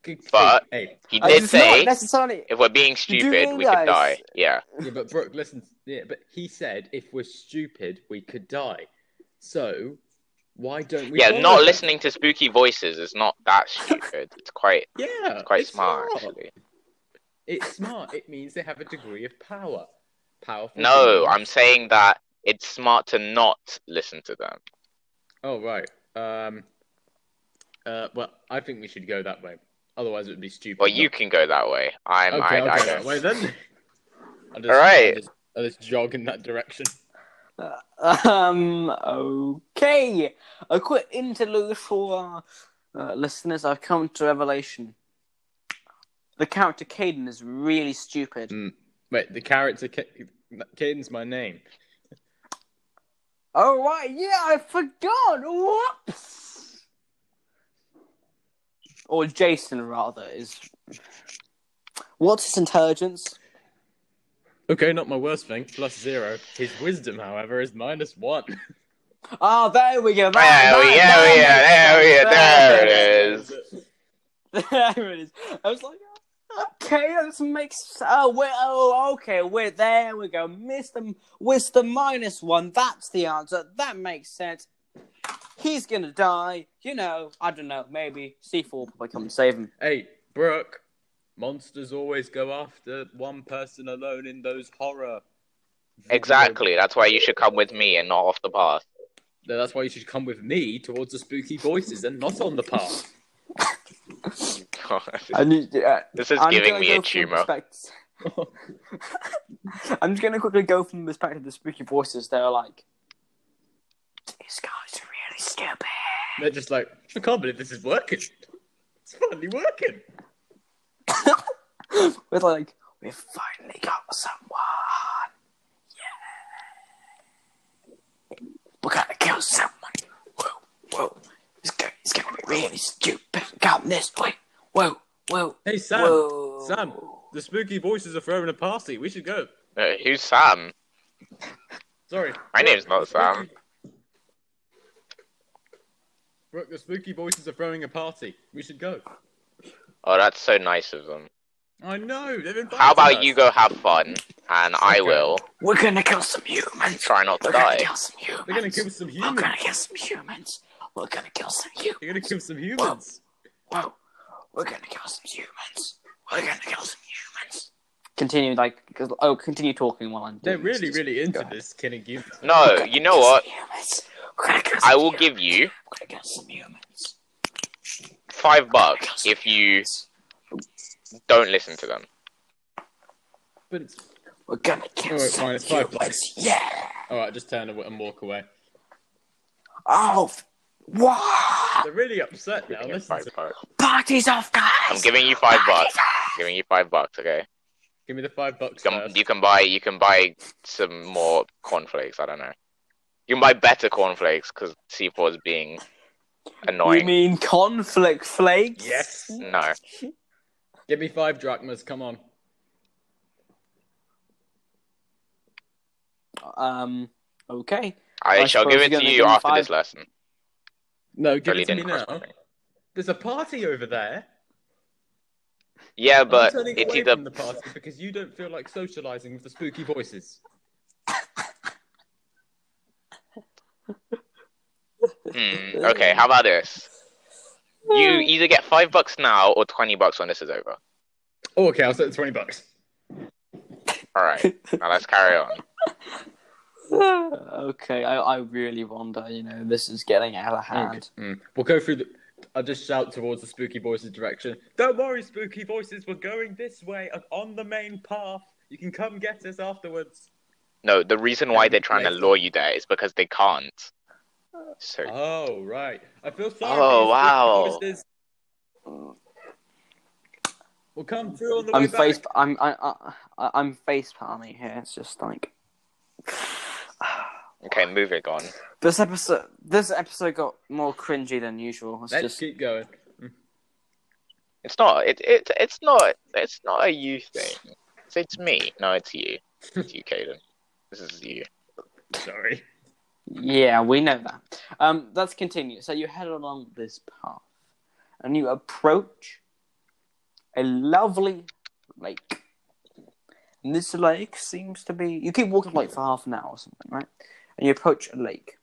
Good-
But-
hey, hey,
He
Uh,
did
it's
say
not necessarily.
if we're being
do
stupid, we
realise-
could die. Yeah.
Yeah, but Brooke, listen. Yeah, but he said if we're stupid, we could die. So why don't we?
yeah,
follow
not
them?
listening to spooky voices is not that stupid. It's quite
Yeah,
it's quite smart actually.
It's smart. It means they have a degree of power. Powerful.
No,
beings.
I'm saying that it's smart to not listen to them.
Oh right. Um. Uh. Well, I think we should go that way. Otherwise, it would be stupid.
Well, you can go that way. I'm
Okay.
I,
okay.
I don't.
Wait then. <laughs> I'll just,
All right.
I'll just, I'll just jog in that direction.
Um. Okay. A quick interlude for uh, listeners. I've come to revelation. The character Caden is really
Mm.
stupid.
Wait. The character Ca- Caden's my name.
Oh right, yeah, I forgot. Whoops. Or Jason, rather, is. What's his intelligence?
Okay, not my worst thing. Plus zero. His wisdom, however, is minus one. <laughs>
Ah, there we go. There,
There we- there we are, there we are, there it
is.
is.
there it is. <laughs> I was like, okay, this makes. Oh, we're, oh, okay, we're there. We go. Mister Wisdom minus one. That's the answer. That makes sense. He's gonna die. You know, I don't know. Maybe C4 will probably come and save him.
Hey, Brooke. Monsters always go after one person alone in those horror.
Exactly. That's why you should come with me and not off the path. <laughs>
No, That's why you should come with me towards the spooky voices and not on the path.
And you- uh,
this is
I'm
giving
gonna
me
go
a
from
tumor.
Respect... <laughs> I'm just gonna quickly go from the perspective of the spooky voices. They're like, this guy's really stupid.
They're just like, I can't believe this is working. It's finally working.
With like, we finally got someone. Yeah. We're gonna kill someone. Whoa, whoa. It's gonna, it's gonna be really stupid. Come this way. Whoa, whoa.
Hey, Sam.
Whoa.
Sam, the spooky voices are throwing a party. We should go.
Uh, who's Sam?
Sorry.
My name's not Sam.
Brooke, the spooky voices are throwing a party. We should go.
Oh, that's so nice of them.
I know. They've invited
How about
us.
you go have fun, and I
Okay.
will
We're gonna kill some humans.
try not to
We're gonna
die.
kill some humans.
They're gonna kill some
We're
humans.
gonna kill some humans. We're gonna kill some humans.
They're gonna kill some humans.
Whoa. We're gonna kill some humans. We're gonna kill some humans. Continue like 'cause- oh, continue talking while I'm. doing
They're
this.
really,
Just-
really
go
into
ahead.
this killing humans.
No, you know what?
Kill some humans. We're gonna kill some
I will
humans.
give you
We're gonna kill some humans.
five bucks if you don't listen to them.
But it's
We're gonna kill
Alright,
some
fine, it's five
humans. Yeah.
all right. Just turn and walk away.
Oh, f- wow.
They're really upset now.
Giving you
Listen
five
to
bucks.
Party's off, guys.
I'm giving you five
Party's
bucks.
off.
Giving you five bucks, okay?
Give me the five bucks
You can,
first.
you can buy you can buy some more cornflakes. I don't know. You can buy better cornflakes because C4 is being
You
annoying.
mean conflict flakes?
Yes.
No,
Give me five drachmas. Come on.
Um. Okay.
I,
I
shall give
suppose
it to
you're gonna
you
give me
after
five-
this lesson.
No, give
Really
it to me
didn't cross my
now.
mind.
There's a party over there.
Yeah, but
I'm turning
it's
away
either
from the party because you don't feel like socializing with the spooky voices.
Hmm, okay. How about this?
<laughs>
You either get five bucks now or twenty bucks when this is over.
Oh, okay, I'll set the twenty bucks.
All right. Now let's carry on.
okay. I, I really wonder. You know, this is getting out of hand.
Mm. We'll go through the. I'll just shout towards the spooky voices direction. Don't worry, spooky voices. We're going this way and on the main path. You can come get us afterwards.
No, the reason why they're trying to lure you there is because they can't. So
Oh right, I feel sorry.
Oh, wow.
spooky voices. We'll come through on the way
I'm
back.
face. I'm. I, I, I- I'm face palming here. It's just like
okay, moving on.
this episode. This episode got more cringy than usual. It's
Let's
just.
keep going.
It's not. It, it it's not. It's not a you thing. It's, it's me. No, it's you. It's you, Caden. This is you.
Sorry.
Yeah, we know that. Um, let's continue. So you head along this path, and you approach a lovely lake. And this lake seems to be. You keep walking like for half an hour or something, right? And you approach a lake,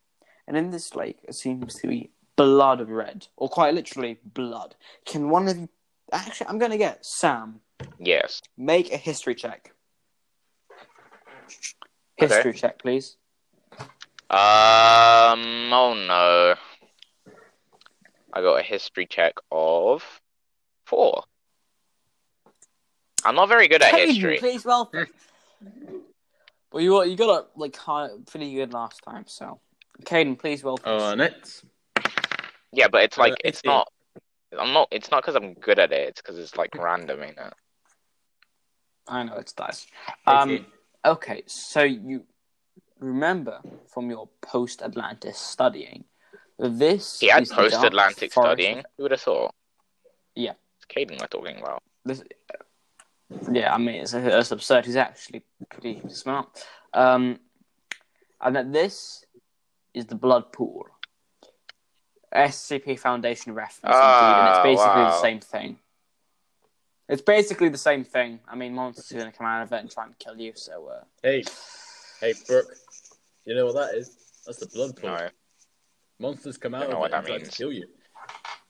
and in this lake it seems to be blood red, or quite literally blood. Can one of you? Actually, I'm going to get Sam.
Yes.
Make a history check.
Okay.
History check, please.
Um. Oh no. I got a history check of four. I'm not very good at
Hayden,
history.
Please welcome.
<laughs>
well, you you got it like hi- pretty good last time, so Caden, please welcome.
Oh, uh,
it.
Yeah, but it's like
Uh,
it's
yeah.
not. I'm not. It's not because I'm good at it. It's because it's like random, ain't it?
I know it's dice. Um, okay, so you remember from your post-Atlantis studying that this
He had
is the dark
post-Atlantic
forest of-
studying. Who would have thought?
Yeah.
It's Caden we're talking about.
This, yeah, I mean, it's, it's absurd. He's actually pretty smart. Um, and that this is the Blood Pool. SCP Foundation reference, indeed, and it's
Ah,
basically the
wow.
same thing. It's basically the same thing. I mean, monsters are going to come out of it and try and kill you, so. Uh,
Hey, hey, Brooke. You know what that is? That's the blood pool.
No.
Monsters come out
Don't
of
know
it
what
and
that
try to
means.
kill you.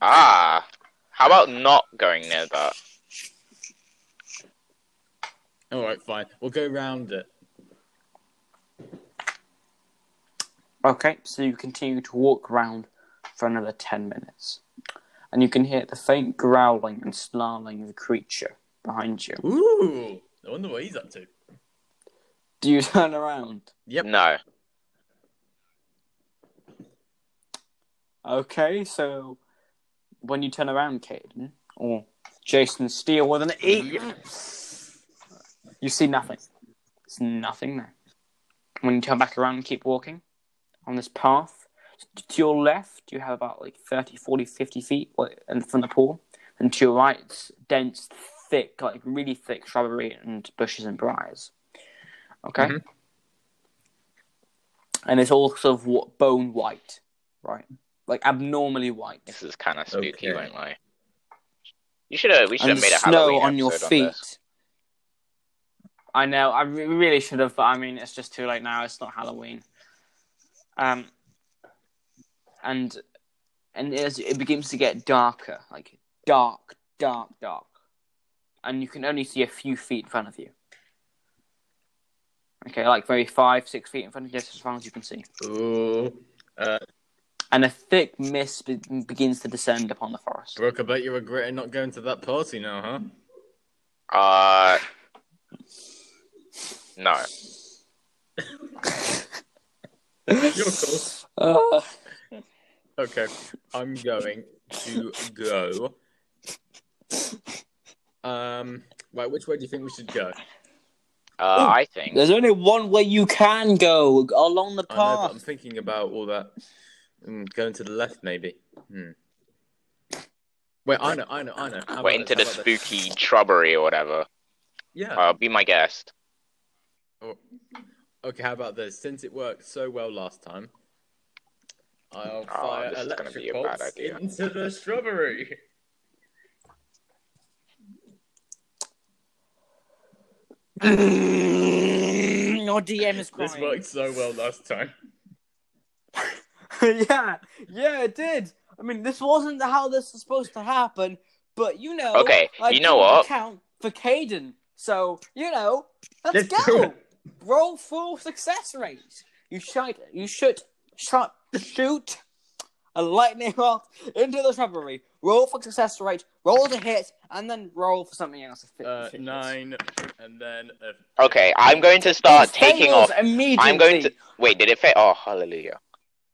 Ah, how about not going near that?
All right, fine. We'll go round it.
Okay, so you continue to walk round for another ten minutes, and you can hear the faint growling and snarling of the creature behind you.
Ooh, I wonder what he's up to.
Do you <laughs> turn around?
Yep.
No.
Okay, so when you turn around, Caden, or Jason Steele with an E, you see nothing. There's nothing there. When you turn back around and keep walking on this path, to your left, you have about like 30, 40, 50 feet wa- in- from the pool. And to your right, it's dense, thick, like really thick shrubbery and bushes and briars. Okay?
Mhm.
And it's all sort of wa- bone white, right? Like abnormally white.
This is kind of spooky,
Okay.
won't lie. You should have. We should
and
have made a
snow
Halloween
on your
episode on
feet.
this.
I know. I re- really should have, but I mean, it's just too late now. It's not Halloween. Um, and and as it begins to get darker, like dark, dark, dark, and you can only see a few feet in front of you. Okay, like maybe five, six feet in front of you, just as far as you can see.
Ooh. Uh,
And a thick mist be- begins to descend upon the forest.
Brooke, I bet you're regretting not going to that party now, huh?
Uh, no.
You're cool.
Uh,
Okay, I'm going to go. Um, right, which way do you think we should go?
Uh, I think.
there's only one way you can go along the
I know, but I'm
path.
thinking about all that. Mm, going to the left, maybe. Hmm. Wait, I know, I know, I know. How
We're
about
into the
this, how about this?
spooky shrubbery or whatever.
Yeah.
Uh, be my guest.
Okay, how about this? Since it worked so well last time,
Oh,
I'll fire
this is gonna
electric
be a bad
bolts
idea.
into the shrubbery.
Mm, Your DM is
This worked so well last
<laughs>
time.
yeah, yeah, it did. I mean, this wasn't how this was supposed to happen, but you know.
Okay,
I
you know
didn't
what?
Count for Caden. So you know, let's
Let's do
go. Roll full success rate. You should, you should shot, shoot a lightning <laughs> rod into the shrubbery. Roll for success rate. Roll to hit, and then roll for something else. if it-
Uh,
if it hits.
nine, and then a
Okay, I'm going to start
It
taking
fails
off.
immediately.
I'm going to. Wait, did it fail? Oh, hallelujah.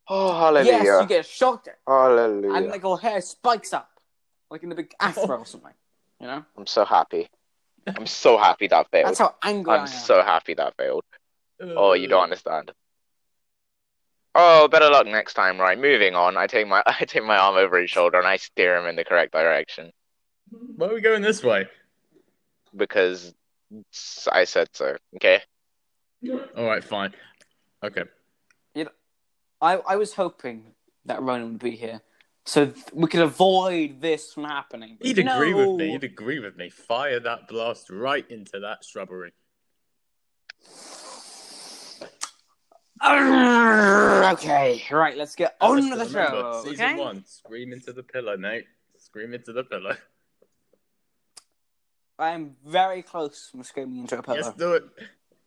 Oh, hallelujah.
Yes, you get shocked,
Hallelujah.
and like your hair spikes up, like in a big afro or something. You know,
I'm so happy. I'm so happy that failed.
that's how angry I am.
I'm so happy that failed. Oh, you don't understand. Oh, better luck next time, right? Moving on. I take my <laughs> I take my arm over his shoulder and I steer him in the correct direction
Why are we going this way?
because I said so. Okay.
All right, fine. Okay.
I, I was hoping that Ronan would be here, so th- we could avoid this from happening.
He'd agree with me.
No.
He'd agree with me. Fire that blast right into that shrubbery.
okay, right. Let's get on with the
Remember,
show.
Season
Okay?
one. Scream into the pillow, mate. Scream into the pillow.
I am very close from screaming into a pillow.
Let's do it.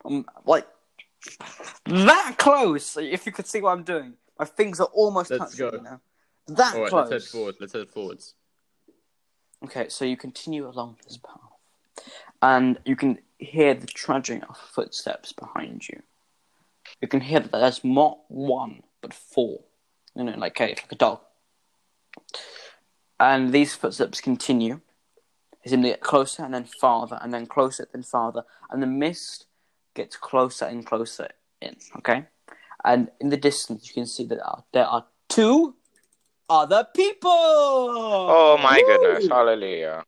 I'm, like that close. If you could see what I'm doing, my fingers are almost
Let's
touching.
go.
You know? That
All right,
close.
let's head forwards. Let's head forwards.
Okay, so you continue along this path, and you can hear the trudging of footsteps behind you. You can hear that there's not one, but four. You know, like a, like a dog. And these footsteps continue. They seem to get closer and then farther, and then closer, then farther, and the mist gets closer and closer in. Okay, and in the distance, you can see that uh, there are two other people.
Oh my
Woo!
goodness. Hallelujah.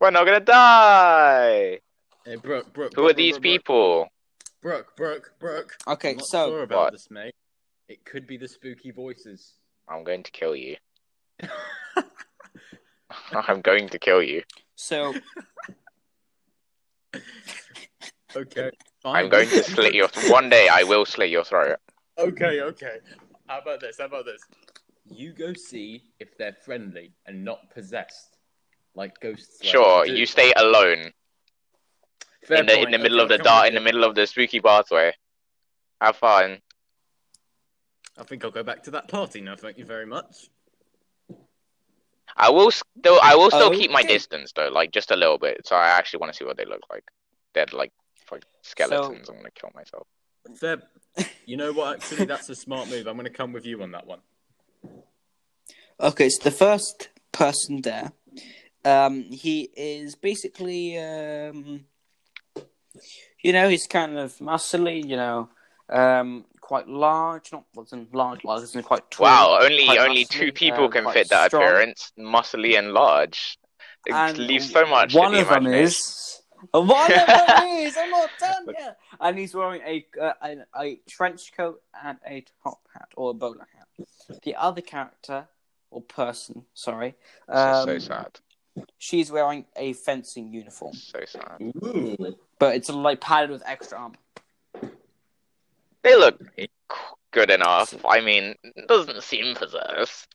We're not gonna die.
Hey, Brooke, Brooke.
Who are
Brooke,
these
Brooke,
people?
Brooke, Brooke, Brooke. I'm
Okay,
not
so
sure about
What?
this, mate. It could be the spooky voices.
I'm going to kill you. <laughs> I'm going to kill you.
so
Okay.
I'm
fine.
going
<laughs>
to slit your one day I will slit your throat.
Okay, okay. How about this? How about this? You go see if they're friendly and not possessed, like ghosts. like
Sure,
do.
you stay alone
Fair
in the in
point.
the middle
Okay,
of the
come on,
dark in the middle of the spooky pathway. Have fun.
I think I'll go back to that party now. Thank you very much.
I will still I will still keep my
Okay.
distance though, like just a little bit. So I actually want to see what they look like. They're like fucking skeletons. I'm gonna kill myself.
Fair. You know what?
<laughs>
Actually, that's a smart move. I'm going to come with you on that one.
okay, so the first person there, um, he is basically, um, you know, he's kind of muscly, you know, um, quite large. Not wasn't large, large, isn't quite tall.
Wow, only
quite
only
muscly,
two people
um,
can
quite
fit that
strong.
appearance, muscly and large. It
And
leaves so much. to
One
the
of them
imagination.
is. One
<laughs>
of them is. I'm not done yet. And he's wearing a, uh, a a trench coat and a top hat or a bowler hat. The other character or person, sorry,
This is
um,
so sad.
She's wearing a fencing uniform,
So sad.
Ooh.
but it's like padded with extra armor.
They look c- good enough. I mean, it doesn't seem possessed.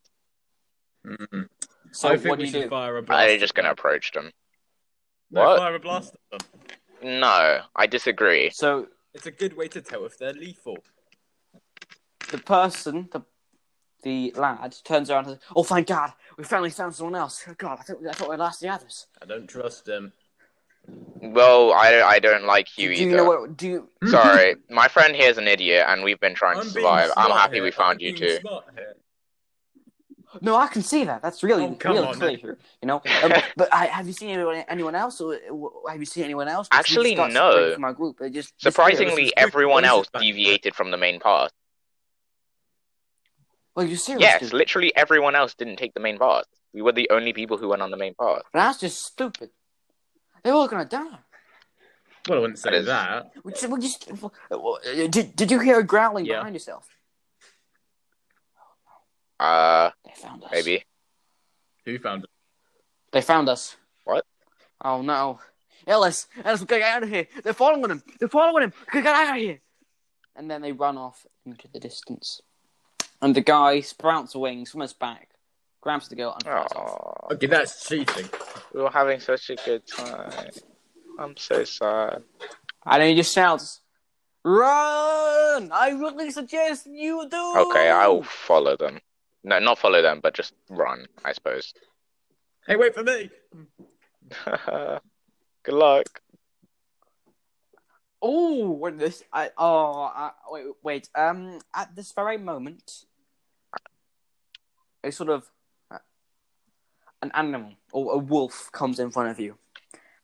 Mm.
So
I think
what do
we
you
should
do?
fire a blaster.
Are they just gonna approach them?
No,
What?
Fire a blaster.
No, I disagree.
So
It's a good way to tell if they're lethal.
the person, the the lad, turns around and says, "Oh, thank God, we finally found someone else. Oh, God, I thought I thought we lost the others."
I don't trust um, them.
Well, I I don't like you
do
either.
you know what? Do you?
<laughs> Sorry, my friend here's an idiot, and we've been trying to
I'm being
survive. I'm
smart
happy
here.
we
I'm
found you
being
two.
smart here.
No, I can see that. That's really,
Oh, come
really
on.
clear.
<laughs>
You know, um, but I, have you seen anyone, anyone else? Or, uh, have you seen anyone else? Because we
Actually,
just got
no.
separated From our group, They just disappeared.
Surprisingly,
quick
everyone
poison
else
back.
deviated from the main path.
Well, you serious?
Yes,
dude?
literally everyone else didn't take the main path. We were the only people who went on the main path.
That's just stupid. They're all gonna die.
Well, I wouldn't say
That is-
that.
We just, we just, uh, did, did you hear a growling
Yeah.
behind yourself?
Uh,
They found us.
maybe.
Who found it?
They found us.
What?
Oh no. Ellis, Ellis, we gotta get out of here. They're following him. They're following him. We gotta get out of here. And then they run off into the distance. And the guy sprouts wings from his back, grabs the girl, and flies off.
Oh,
Okay, that's cheating.
we were having such a good time. I'm so sad.
And then he just shouts, "Run! I really suggest you do."
Okay, I'll follow them. No, not follow them, but just run, I suppose.
Hey, wait for me.
Good luck.
Oh, when this, I oh, I, wait, wait. Um, at this very moment, a sort of uh, an animal or a wolf comes in front of you,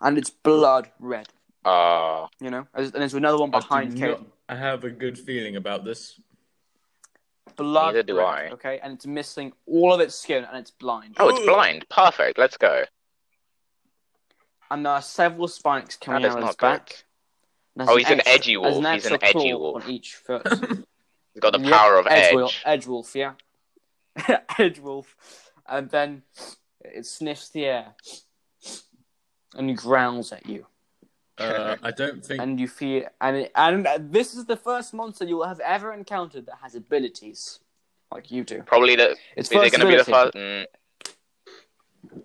and it's blood red.
Uh,
You know, As- and there's another one behind
I,
Kate.
do not- I have a good feeling about
<laughs>
this.
Blood.
Neither do
red,
I.
Okay, and it's missing all of its skin, and it's blind.
oh, it's
Ooh.
blind. Perfect. Let's go.
And there are several spikes coming
That is
out of its
not
back.
good.
and there's
Oh, he's an
extra-
edgy
there's
wolf. He's an
extra
edgy
claw
wolf.
on each foot.
He's got the
Yep,
power of edge.
Edgewolf, Edgewolf, yeah. <laughs> Edgewolf. And then it sniffs the air and growls at you.
Uh, I don't think.
And you feel. And, it, and this is the first monster you will have ever encountered that has abilities like you do.
Probably the. is
It's
it going to be the
ability.
first? Mm. All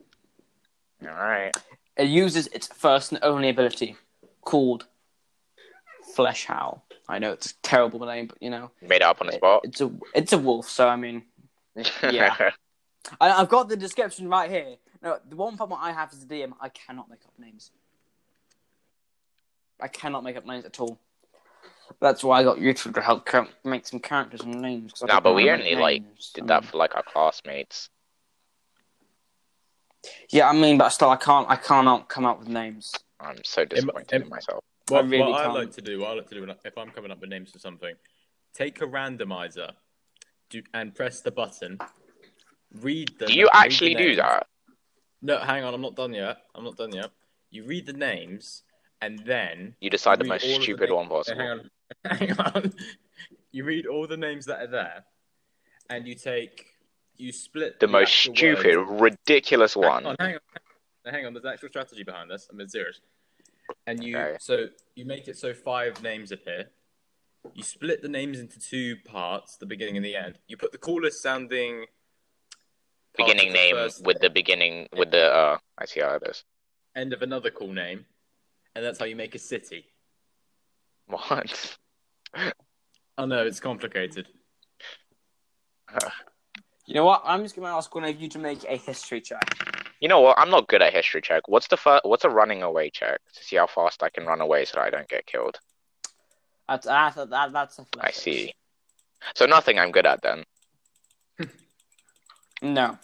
right.
It uses its first and only ability called Flesh Howl. I know it's a terrible name, but you know.
Made it up on the
it-
spot.
it's, a, it's a wolf, so I mean.
<laughs>
yeah. I, I've got the description right here. No, the one problem I have is the DM. I cannot make up names. I cannot make up names at all. That's why I got YouTube to help cur- make some characters and names. 'cause I
Nah,
don't
but
know
we
how to
only,
make
like,
names.
Did
I
that
mean-
for like our classmates.
yeah, I mean, but still, I can't. I cannot come up with names.
I'm so disappointed
em-
in myself.
What,
I really
what I
can't.
like to do, what I like to do when I- if I'm coming up with names for something, take a randomizer, do, and press the button. Read them.
Do you
read the
actually do
names.
that?
No, hang on. I'm not done yet. I'm not done yet. You read the names, and then
You decide the
Read
most
all of the
stupid
names.
one
So
possible.
hang on, <laughs> hang on. You read all the names that are there, and you take, you split
The most
actual
stupid,
words-
ridiculous
Hang
one.
on, hang on, hang on. There's actual strategy behind this. I'm being serious. And you,
Okay.
so you make it so five names appear. You split the names into two parts, the beginning and the end. You put the coolest sounding part
Beginning
of the
name
first
with the beginning with the. uh I see how it is. <laughs>
end of another cool name, and that's how you make a city.
What?
Oh no, it's complicated.
You know what? I'm just going to ask one of you to make a history check.
You know what? I'm not good at history check. What's the fir- What's a running away check to see how fast I can run away so I don't get killed?
That's ah, that, that, that's a
I see. So nothing I'm good at then.
No,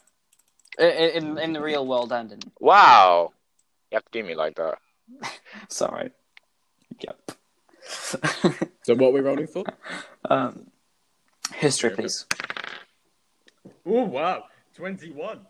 I- I- in in the real world, and in
Wow. You have to do me like that.
sorry. Yep. <laughs>
So what are we rolling for?
um, history,
Okay.
please.
Oh wow, twenty-one.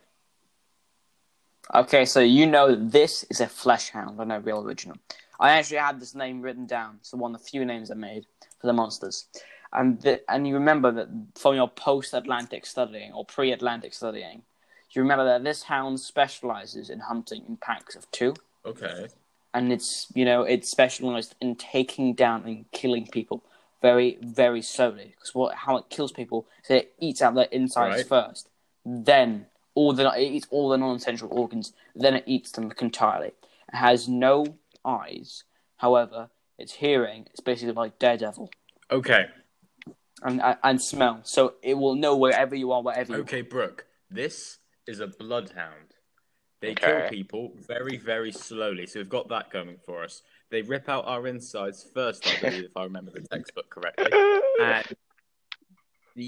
Okay, so you know that this is a flesh hound and a real original. I actually had this name written down. It's the one of the few names I made for the monsters. And the, and you remember that from your post Atlantic studying or pre Atlantic studying, you remember that this hound specializes in hunting in packs of two,
Okay.
and it's you know it's specialized in taking down and killing people very very slowly. Because what how it kills people is it eats out their insides
Right.
first, then all the it eats all the non-essential organs, then it eats them entirely. It has no eyes, however, its hearing is basically like Daredevil
Okay.
and and smell, so it will know wherever you are, wherever you
Okay, Brooke. This is a bloodhound. They
Okay.
kill people very, very slowly. So we've got that going for us. They rip out our insides first, I believe, if I remember the textbook
<laughs>
correctly. and the,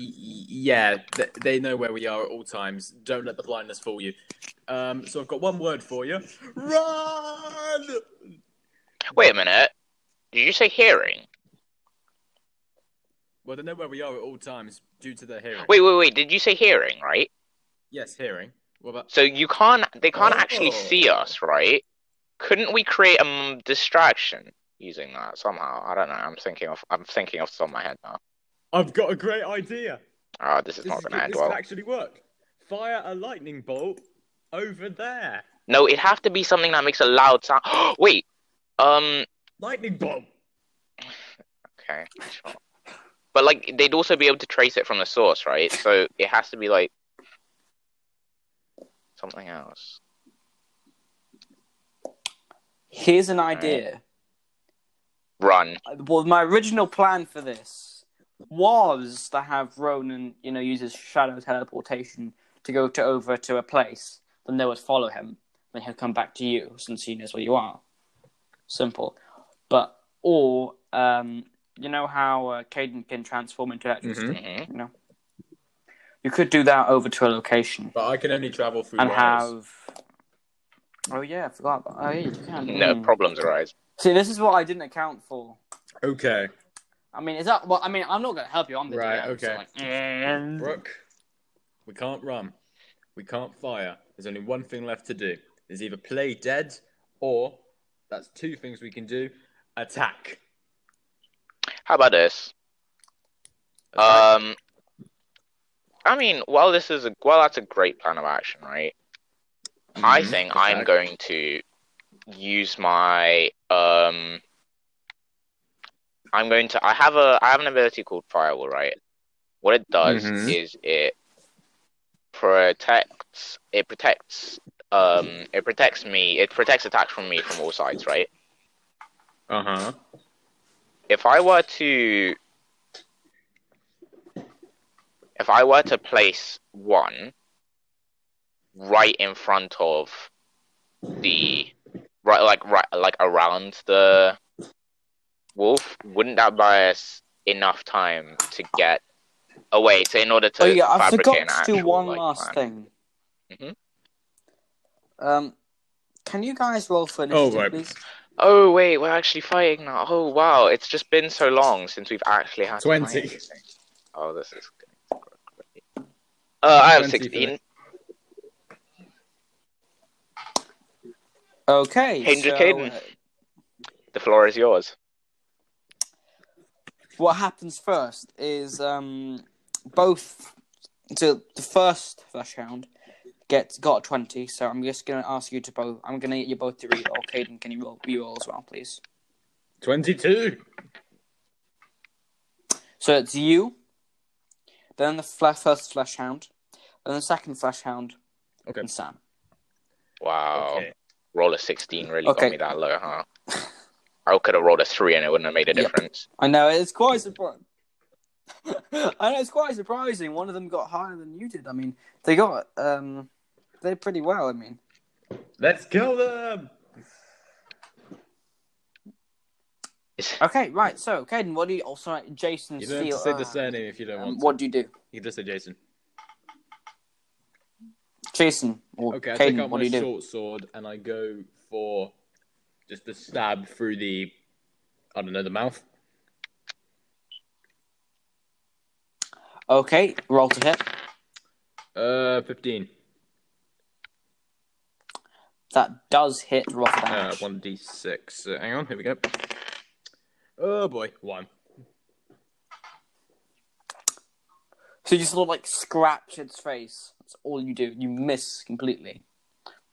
yeah, th- they know where we are at all times. Don't let the blindness fool you. Um, so I've got one word for you: run.
Wait a minute. Did you say hearing?
Well, they know where we are at all times due to their hearing.
Wait, wait, wait. Did you say hearing? Right.
Yes, hearing. What about?
So you can't. They can't actually
Oh.
see us, right? Couldn't we create a mm, distraction using that somehow? I don't know. I'm thinking of. I'm thinking off the top of my head now.
I've got a great idea.
Oh, this is
This,
not
is,
going to end
this
well.
could actually work. Fire a lightning bolt over there.
No, it'd have to be something that makes a loud sound. <gasps> Wait. Um.
Lightning bolt.
Okay. Sure. But like, they'd also be able to trace it from the source, right? So it has to be like something else.
Here's an idea.
Run.
Well, my original plan for this was to have Ronan, you know, use his shadow teleportation to go to over to a place, then they would follow him, then he'll come back to you since he knows where you are. Simple. But or um, you know how uh, Caden can transform into
Mm-hmm.
electricity.
hmm
You know, you could do that over to a location
But I can only travel through
and
wires.
have. Oh yeah, I forgot. About... Oh yeah, you can.
No
Hmm.
problems arise.
See, this is what I didn't account for.
Okay,
I mean, is that? Well, I mean, I'm not going to help you. I'm the
Right,
DM, so,
okay.
like, mm.
Brooke. We can't run. We can't fire. There's only one thing left to do. Is either play dead or that's two things we can do. Attack.
How about this?
Attack.
Um, I mean, while this is a well, that's a great plan of action, right? I
Mhm.
think I'm
Attack.
going to use my um. I'm going to. I have a. I have an ability called Firewall, right? What it does
Mhm.
is it protects. It protects. Um, it protects me. It protects attacks from me from all sides, right?
Uh-huh.
if I were to if I were to place one right in front of the right like right like around the wolf, wouldn't that buy us enough time to get away to in order to
Oh yeah, I
fabricate
forgot
an
to do
actual,
one
like,
last
plan?
thing.
Mhm. Mm-hmm.
Um, can you guys roll for
Oh,
initiative,
right.
please?
Oh wait, we're actually fighting now. Oh wow, it's just been so long since we've actually had to fight
20.
anything. Oh, this is good. Uh, I have
20 for
sixteen.
Okay.
Hey, Andrew
so,
Caden.
uh,
The floor is yours.
what happens first is um, both. So the first flesh hound gets got a twenty. So I'm just going to ask you to both. I'm going to get you both to re-roll. Caden, can you roll re-roll as well, please?
22.
So it's you, then the fle- first flesh hound, then the second flesh hound,
Okay.
and Sam.
Wow.
Okay.
Roll a 16 really
Okay.
got me that low, huh? I could have rolled a 3 and it wouldn't have made a
Yep.
difference.
I know it's quite surprising. <laughs> I know it's quite surprising. One of them got higher than you did. I mean, they got um, they did pretty well. I mean,
Let's kill them.
okay, right. So, Caden, what do you also Jason
You don't have
Steele?
to say
uh,
the surname if you don't
um,
want.
what do you do,
You can just say Jason.
Jason or
Okay, I take
Caden?
out
What
my
do you do?
short sword and I go for just the stab through the, I don't know, the mouth.
Okay, roll to hit.
Uh, 15.
That does hit. Roll for
Uh,
damage.
1d6. Uh, hang on, here we go. Oh boy, one.
So you sort of like scratch its face. That's all you do. You miss completely,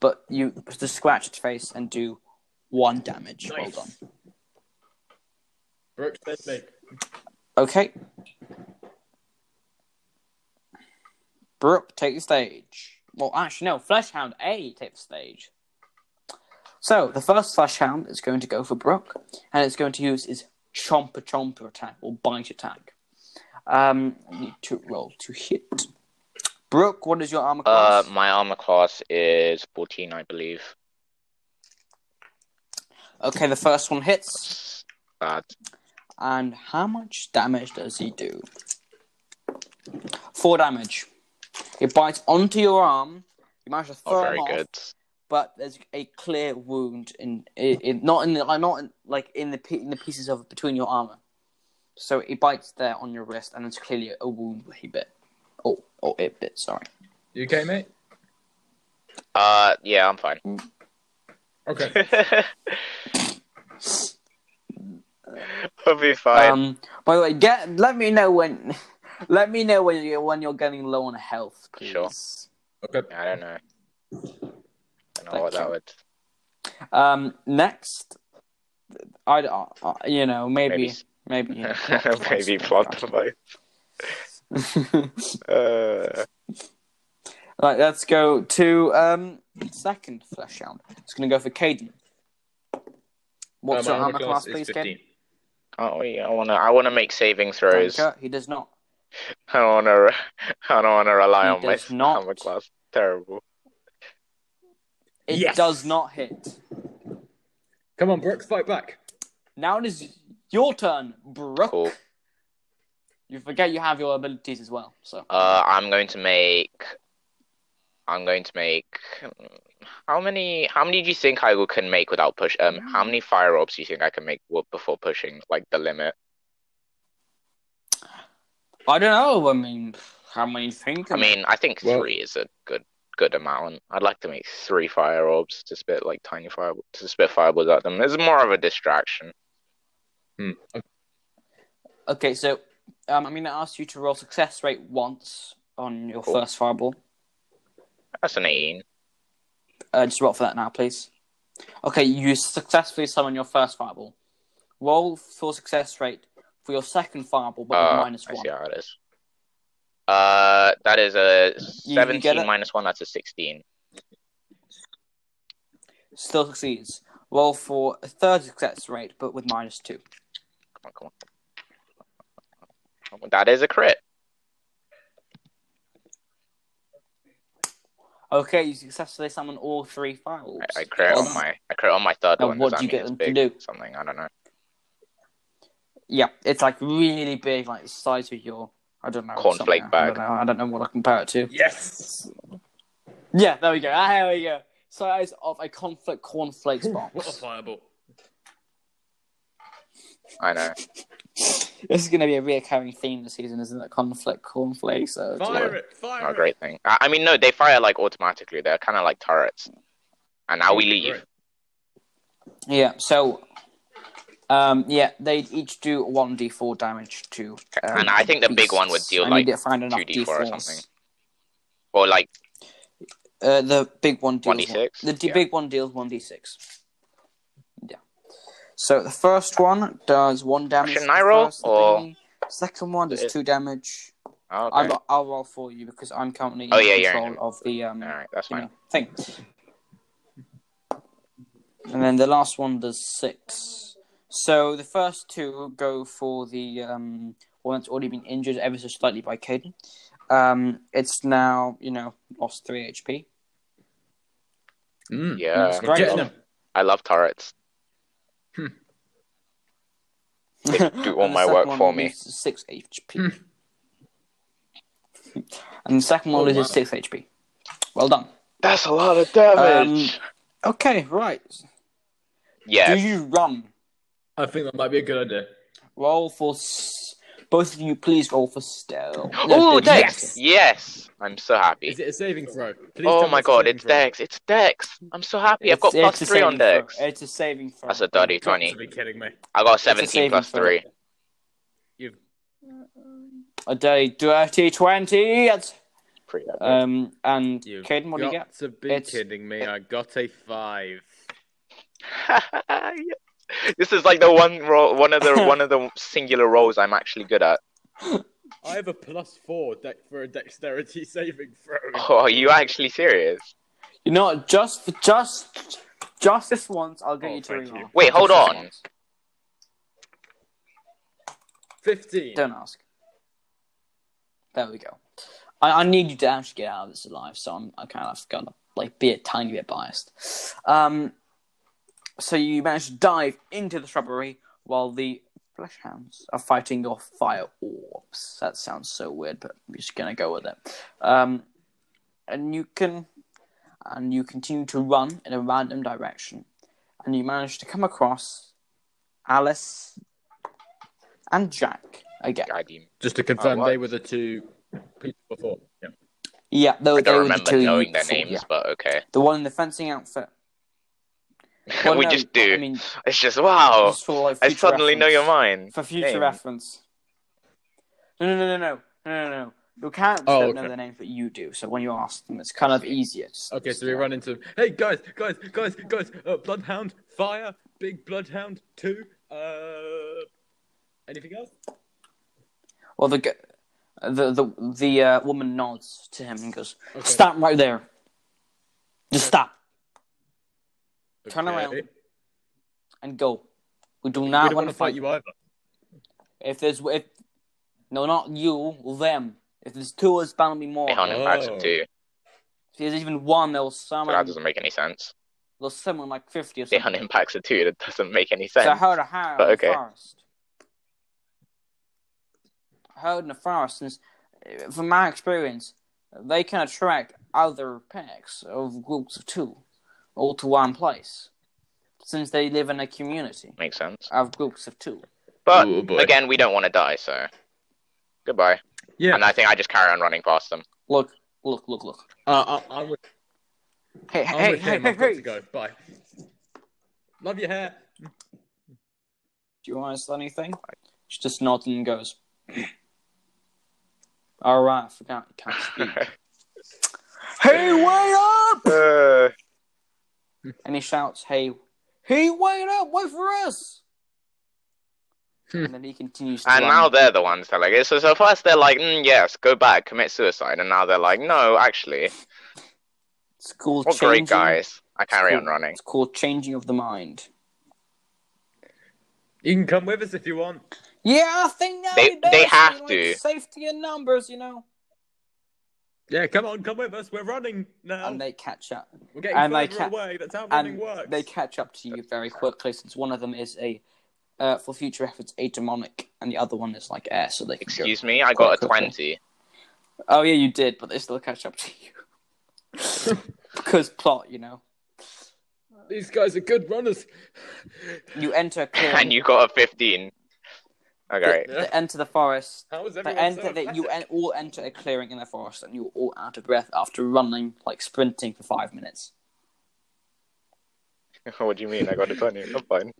but you just scratch its face and do one damage. Well done.
Nice. Brooke, says me.
Okay. Brooke, take the stage. Well, actually, no. Fleshhound A take the stage. So the first Fleshhound is going to go for Brooke, and it's going to use its Chomper Chomper attack or Bite attack. Um, I need to roll to hit. Brooke, what is your armor
Uh,
class?
my armor class is 14, I believe.
okay, the first one hits.
Bad.
And how much damage does he do? Four damage. It bites onto your arm. You manage to throw
Oh,
him
very
off,
good.
but there's a clear wound in, in, in not in the like, not in, like in the pe- in the pieces of between your armor. So it bites there on your wrist, and it's clearly a wound where he bit. Oh, oh, it bit. Sorry.
You okay, mate?
Uh, yeah, I'm fine.
Okay.
<laughs>
I'll be fine.
Um. By the way, get let me know when. <laughs> Let me know when you when you're getting low on health, please.
Sure.
Okay.
I don't know. I don't know
Thank
what that
you.
would.
Um, next, I uh, uh, you know maybe maybe you know, plot
<laughs>
device.
Maybe plot device. Uh,
<laughs> right, let's go to um second flesh round. It's gonna go for Caden. What's
Uh,
your
my
armor class,
is
please,
15.
Caden?
oh yeah, I wanna, I wanna make saving throws. I
Dunker, He does not.
don't wanna, <laughs> I don't wanna rely
He
on my
does not.
armor class. Terrible.
It
Yes.
does not hit.
Come on, Brooke, fight back.
Now it is your turn, Brooke.
Cool.
You forget you have your abilities as well. So
Uh, I'm going to make. I'm going to make. How many? How many do you think I will- can make without push? Um,
Mm.
how many fire orbs do you think I can make w- before pushing like the limit?
I don't know. I mean, how many think?
I mean, I think
Well-
three is a good good amount. I'd like to make three fire orbs to spit like tiny fire to spit fireballs at them. It's more of a distraction.
Okay, so um, I'm going to ask you to roll success rate once on your
Cool.
first fireball.
That's an eighteen.
Uh, just roll for that now, please. Okay, you successfully summon your first fireball. Roll for success rate for your second fireball, but with
Uh,
minus
I
one.
see how it is. Uh, that is a
You- you get
seventeen
it?
minus one. That's a sixteen.
Still succeeds. Roll for a third success rate, but with minus two.
Come on, come on. That is a crit.
Okay, you successfully summon all three fireballs.
I, I crit
Well
on
done.
my I crit on my third
Now,
one.
what
Does
do
that mean
you get
it's
them to
big?
do?
Something I don't know.
Yeah, it's like really big, like the size of your, I don't know.
Cornflake
something. I
bag.
don't know, I don't know what I compare it to.
Yes.
Yeah, there we go. Ah, There we go. Size of a conflict cornflakes
What a <laughs>
box.
fireball.
I know.
this is going to be a reoccurring theme this season, isn't it? Conflict cornflakes. So it's
Fire
like-
it. Fire
Not a
it.
great thing. I, I mean, no, they fire like automatically. They're kind of like turrets. And now we
Okay,
leave.
great.
Yeah. So, um, yeah, they each do one d4 damage to. Um,
And I think the big one would
beasts.
deal,
I
like,
need to find enough
2d4 or
D4s.
something. Or like
Uh, the big one deals
1d6?
One, the d-
Yeah.
big one deals one d6. Yeah. So the first one does one damage.
shouldn't
to the
I roll,
first
or-
thingy. Second one does
It-
two damage.
oh, okay.
I'm, I'll roll for you because I'm currently
Oh,
in
yeah, you're
control
in.
of the um
All right, that's
you
fine.
know, thing. And then the last one does six. So the first two go for the um, one that's already been injured ever so slightly by Caden. Um, it's now you know lost three HP.
Mm.
Yeah,
That's great.
Getting them.
I love turrets.
Hmm.
They
<laughs>
do all
And the
my
second
work
one
for me.
loses Six HP. <laughs> and the second one
Oh,
loses
wow.
six HP. Well done.
That's a lot of
Um, Okay, right.
yeah.
Do you run?
I think that might be a good idea.
Roll for s- both of you. Please roll for stealth.
oh,
dex.
Dex! Yes! I'm so happy.
Is it a saving throw? Please
oh
tell me
my
it's a
god,
saving
it's
throw.
Dex! It's Dex! I'm so happy. I've got plus three on Dex.
It's a saving throw.
That's a dirty
You've got
20.
to be kidding me.
I got
a
17
saving
plus
throw.
three.
You've
a day dirty twenty. That's,
Pretty epic.
um, and
You
Caden, what do you
got
get?
to be
It's-
kidding me. I got a five.
<laughs> this is like the one role, one
<laughs>
of the one of the singular roles I'm actually good at.
I have a plus four deck for a dexterity saving throw.
Oh, are you actually serious?
You know, what, just for just just this once, I'll get
Oh,
you to
thank
ring
you.
off.
Wait, hold
Just
on.
this once.
Fifteen.
Don't ask. There we go. I, I need you to actually get out of this alive, so I'm I kind of gonna like be a tiny bit biased. Um, so you manage to dive into the shrubbery while the flesh hounds are fighting your fire orbs. That sounds so weird, but I'm just gonna go with it. Um, and you can and you continue to run in a random direction, and you manage to come across Alice and Jack again.
God, you-
Just to confirm,
Oh, what?
they were the two people before. Yeah.
Yeah, they,
I
they
don't
were the
remember
two you
knowing their
fought,
names,
yeah.
but okay.
The one in the
<laughs>
fencing outfit. Well,
we
no,
just do.
I mean,
It's just wow.
just for, like,
I
future
suddenly know your
reference.
mind.
For future
Name.
reference. No, no, no, no, no, no, no, no. Your characters
Oh,
don't
okay.
know their names, but you do. So when you ask them, it's kind of easier. Just,
Okay,
just
so we
like-
run into. Hey guys, guys, guys, guys! Uh, bloodhound, fire, big bloodhound, two. Uh, anything else?
Well, the g- the the the uh, woman nods to him and goes,
Okay.
"Stop right there. Just stop Turn
Okay.
around. Ah,
We
and go. We do not
don't
want
want to fight you either.
If there's if no, not you, them. If there's two, it's bound to be more.
They aren't
Oh.
embarrassing too.
If there's even one, there was
So that
someone,
doesn't make any sense.
there was someone like 50 or
They
something.
hunt impacts are two. That doesn't make any
So I
sense.
heard a hound
But
in
okay.
the forest. I heard in the forest, and s- from my experience, they can attract other packs of groups of two all to one place since they live in a community
Makes sense.
of groups of two.
But
Ooh, boy.
again, we don't want to die, so goodbye.
Yeah.
And I think I just carry on running past them.
Look, look, look, look.
Uh, I, I'm with,
Hey,
I'm
hey,
with
hey,
him.
hey,
I've got
hey.
to go. Bye. Love your hair.
Do you want to say anything? She just nods and goes. <clears throat> All right, I forgot. you Can't speak. hey, wait up!
Uh,
And he shouts, "Hey, hey, wait up! Wait for us!" and then he continues. To
and
run.
now they're the ones that are like it. So, so first they're like, mm, yes, go back, commit suicide, and now they're like, no, actually,
it's called
what great
changing-
guys. I carry
it's
on
called-
running.
It's called changing of the mind.
You can come with us if you want.
Yeah, I think now
They- they have to.
safety in numbers, you know.
Yeah, come on, come with us. We're running now.
And they catch up.
We're getting
and they
further
ca-
away. That's how running
and
works.
they catch up to you very quickly since one of them is a uh, for future efforts a demonic and the other one is like air so they can go-
Excuse me, I got a
Quite quickly.
twenty.
oh yeah you did but they still catch up to you <laughs> because plot you know
These guys are good runners.
you enter
<laughs>
a clearing,
and you got a 15.
<laughs>
Okay. <laughs>
they enter the forest
How is
they
everyone
enter
so
they, you
athletic?
en- all enter a clearing in the forest and you're all out of breath after running like sprinting for five minutes <laughs>
what do you mean? I got a 20. I'm fine.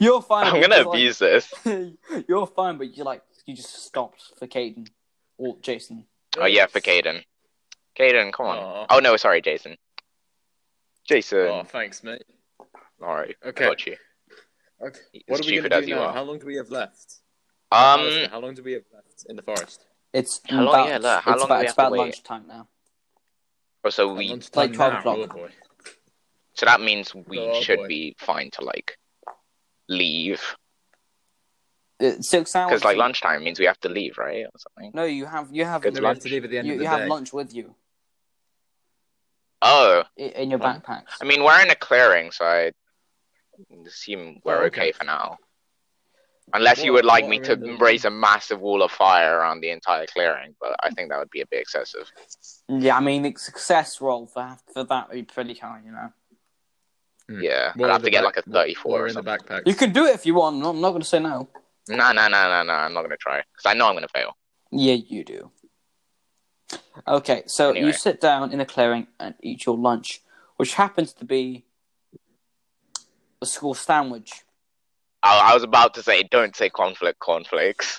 you're fine
I'm
but
gonna
it's like-
abuse this.
<laughs> you're fine but you're like you just stopped for Caden or Jason
Oh, yeah, for Caden. Caden, come on.
Aw.
Oh, no, sorry, Jason. Jason.
Oh, thanks, mate.
Alright,
Okay.
got you.
Okay.
It's
What are we
stupid
gonna
as
do
you
now?
are.
How long do we have left?
Um,
Alistair, how long do we have left in the forest?
It's
How long-
about,
yeah, look, how long
it's
do
about,
we
it's
have to
about
wait?
lunchtime now.
oh, so we,
At lunchtime
Like 12
now.
o'clock.
Oh, boy.
so that means we
Oh,
should
boy.
be fine to like leave
Uh, Six hours.
because like lunchtime means we have to leave, right, or something.
No, you have you have
Good
No,
you,
we have
lunch.
to leave at the end
you,
of the
have
day.
lunch with you
Oh,
i- in your
Huh?
backpacks.
I mean we're in a clearing, so I assume we're
Oh, okay.
okay. for now. Unless you
What-
would like
what
me
are
to
in the-
raise a massive wall of fire around the entire clearing, but I think that would be a bit excessive.
yeah, I mean the success roll for for that would be pretty high, you know.
Hmm.
Yeah,
What
I'd
are
have
the
to get
back-
like a 34
We're
or
in the
something.
backpack. <laughs>
You can do it if you want. I'm not going to say no.
No, no, no, no, no. I'm not gonna try because I know I'm gonna fail.
Yeah, you do. Okay, so
Anyway.
you sit down in a clearing and eat your lunch, which happens to be a school sandwich
I, I was about to say, don't say conflict
<laughs>
cornflakes.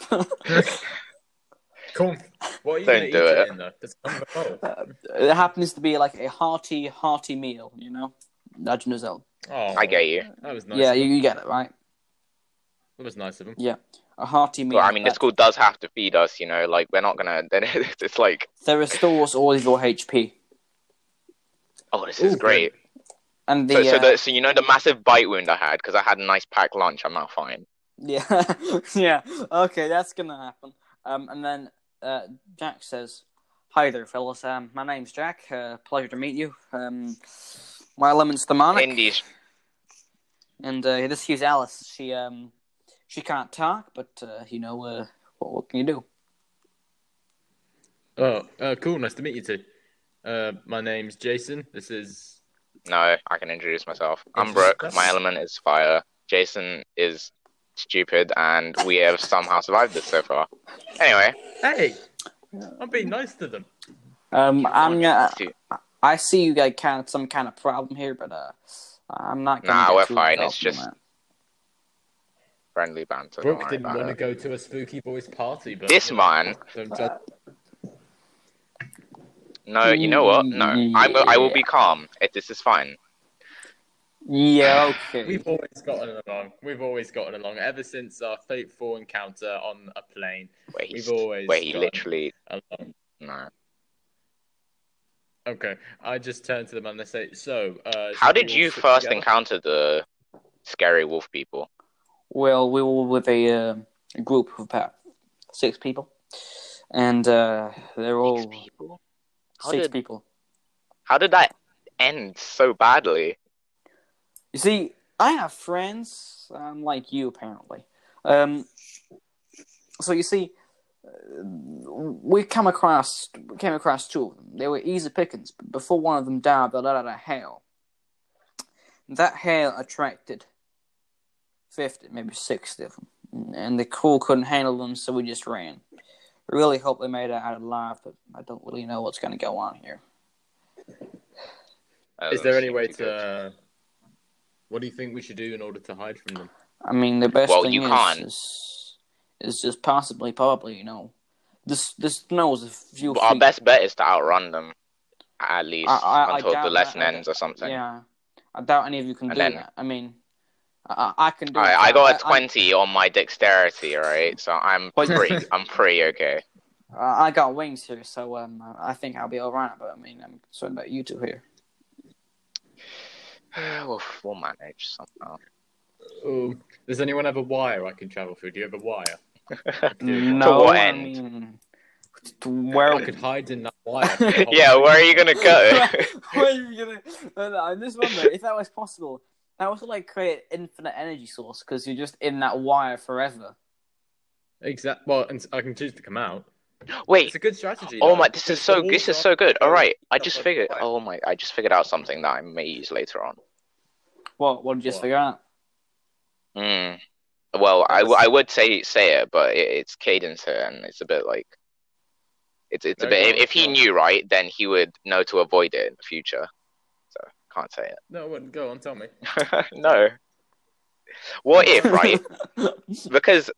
Cool. What are you
Don't
gonna
do
eat
it.
in though? Just some of the bowl.
It happens to be like a hearty, hearty meal, you know? Nudge-nuzelle.
<laughs>
Oh,
I get you.
That was nice.
Yeah,
of
you,
him.
you get it, right?
that was nice of him.
A hearty meal.
Well, I mean, the
but
school does have to feed us, you know. Like, we're not gonna. <laughs> Then it's like,
There restores all of your HP.
oh, this is
Ooh,
great.
And the,
So, so,
uh,
the, so you know the massive bite wound I had because I had a nice packed lunch. I'm now fine.
Yeah, <laughs> yeah. Okay, that's gonna happen. Um, and then uh, Jack says, "Hi there, fellas. Um, my name's Jack. Uh, pleasure to meet you. Um, my element's demonic,
Indies.
and uh, this here's Alice. She um, she can't talk, but uh, you know, uh, what, what can you do?
Oh, uh, cool. Nice to meet you too. Uh, my name's Jason. This is
No, I can introduce myself. I'm
Yes,
Brooke.
that's-
My element is fire. Jason is stupid, and we have somehow survived this so far. Anyway,
Hey. I'm being nice to them.
Um, I'm gonna.
see-
I see you got kind of some kind of problem here, but uh, I'm not gonna.
Nah,
get
we're
too
fine,
involved
it's
in
just-
that.
friendly banter. don't
Brooke
worry
didn't
about
want to
it.
go to a spooky boys party, but
This
you know,
man.
Don't judge.
No, you know what? No,
Mm-hmm.
I'm. I will be calm. It, this is fine.
Yeah. Okay.
We've always gotten along. We've always gotten along ever since our fateful encounter on a plane.
Where he's,
We've always
where he
gone.
literally
Along.
no.
Okay, I just turn to them and they say, "So, uh,
How
should we
did
all
you
sit
first
together?"
encounter the scary wolf people?
Well, we were with a, uh, a group of about six people, and uh, they're all
These
six,
people. How did
people.
How did that end so badly?
You see, I have friends um, like you, apparently. Um, so you see, uh, we come across we came across two of them. They were easy pickings. But before one of them died, they let out a hail. That hail attracted fifty, maybe sixty of them, and the crew couldn't handle them, so we just ran. Really hope they made it out alive, but I don't really know what's going to go on here.
Uh,
Is there any
seems
way
be good.
to? Uh, what do you think we should do in order to hide from them?
I mean, the best
Well,
thing
you
is,
can't.
is is just possibly, probably, you know, this this knows a few.
Our
feet.
best bet is to outrun them, at least
I- I- I
until
doubt
the lesson
that- I-
ends or something.
Yeah, I doubt any of you can
And
do
then-
that. I mean, I, I I can do.
Alright,
it.
I got a
I-
twenty on my dexterity, right? So I'm
<laughs> Well, you-
pretty, I'm pretty okay. <sighs>
I, I got wings here, so um, I think I'll be all right. But I mean, I'm concerned about you two here.
we'll, we'll manage
<laughs>
somehow.
Oh, does anyone have a wire I can travel through? Do you have
<laughs>
a wire?
No,
what
I
end?
mean, to where?
I could hide in that wire. Oh,
<laughs> Yeah, where are you gonna <laughs> go?
<laughs> where are you gonna? No, no, I'm just wondering if that was possible. That was like create infinite energy source because you're just in that wire forever.
Exact. Well, and I can choose to come out. It's
Wait.
a good strategy.
Oh
though,
my! This
because
is so.
the
This is
walls
so good. All right. I just
Not
figured.
quite.
Oh my! I just figured out something that I may use later on.
What? What did you just
What?
figure out?
Mm. Well, I, w- I would say say it, but it, it's cadence here, and it's a bit like it's it's a
No,
bit.
no,
If, if he
no.
knew right, then he would know to avoid it in the future. So can't say
are- No, I wouldn't go on. Tell me.
it. <laughs> no. What if
<laughs>
right? because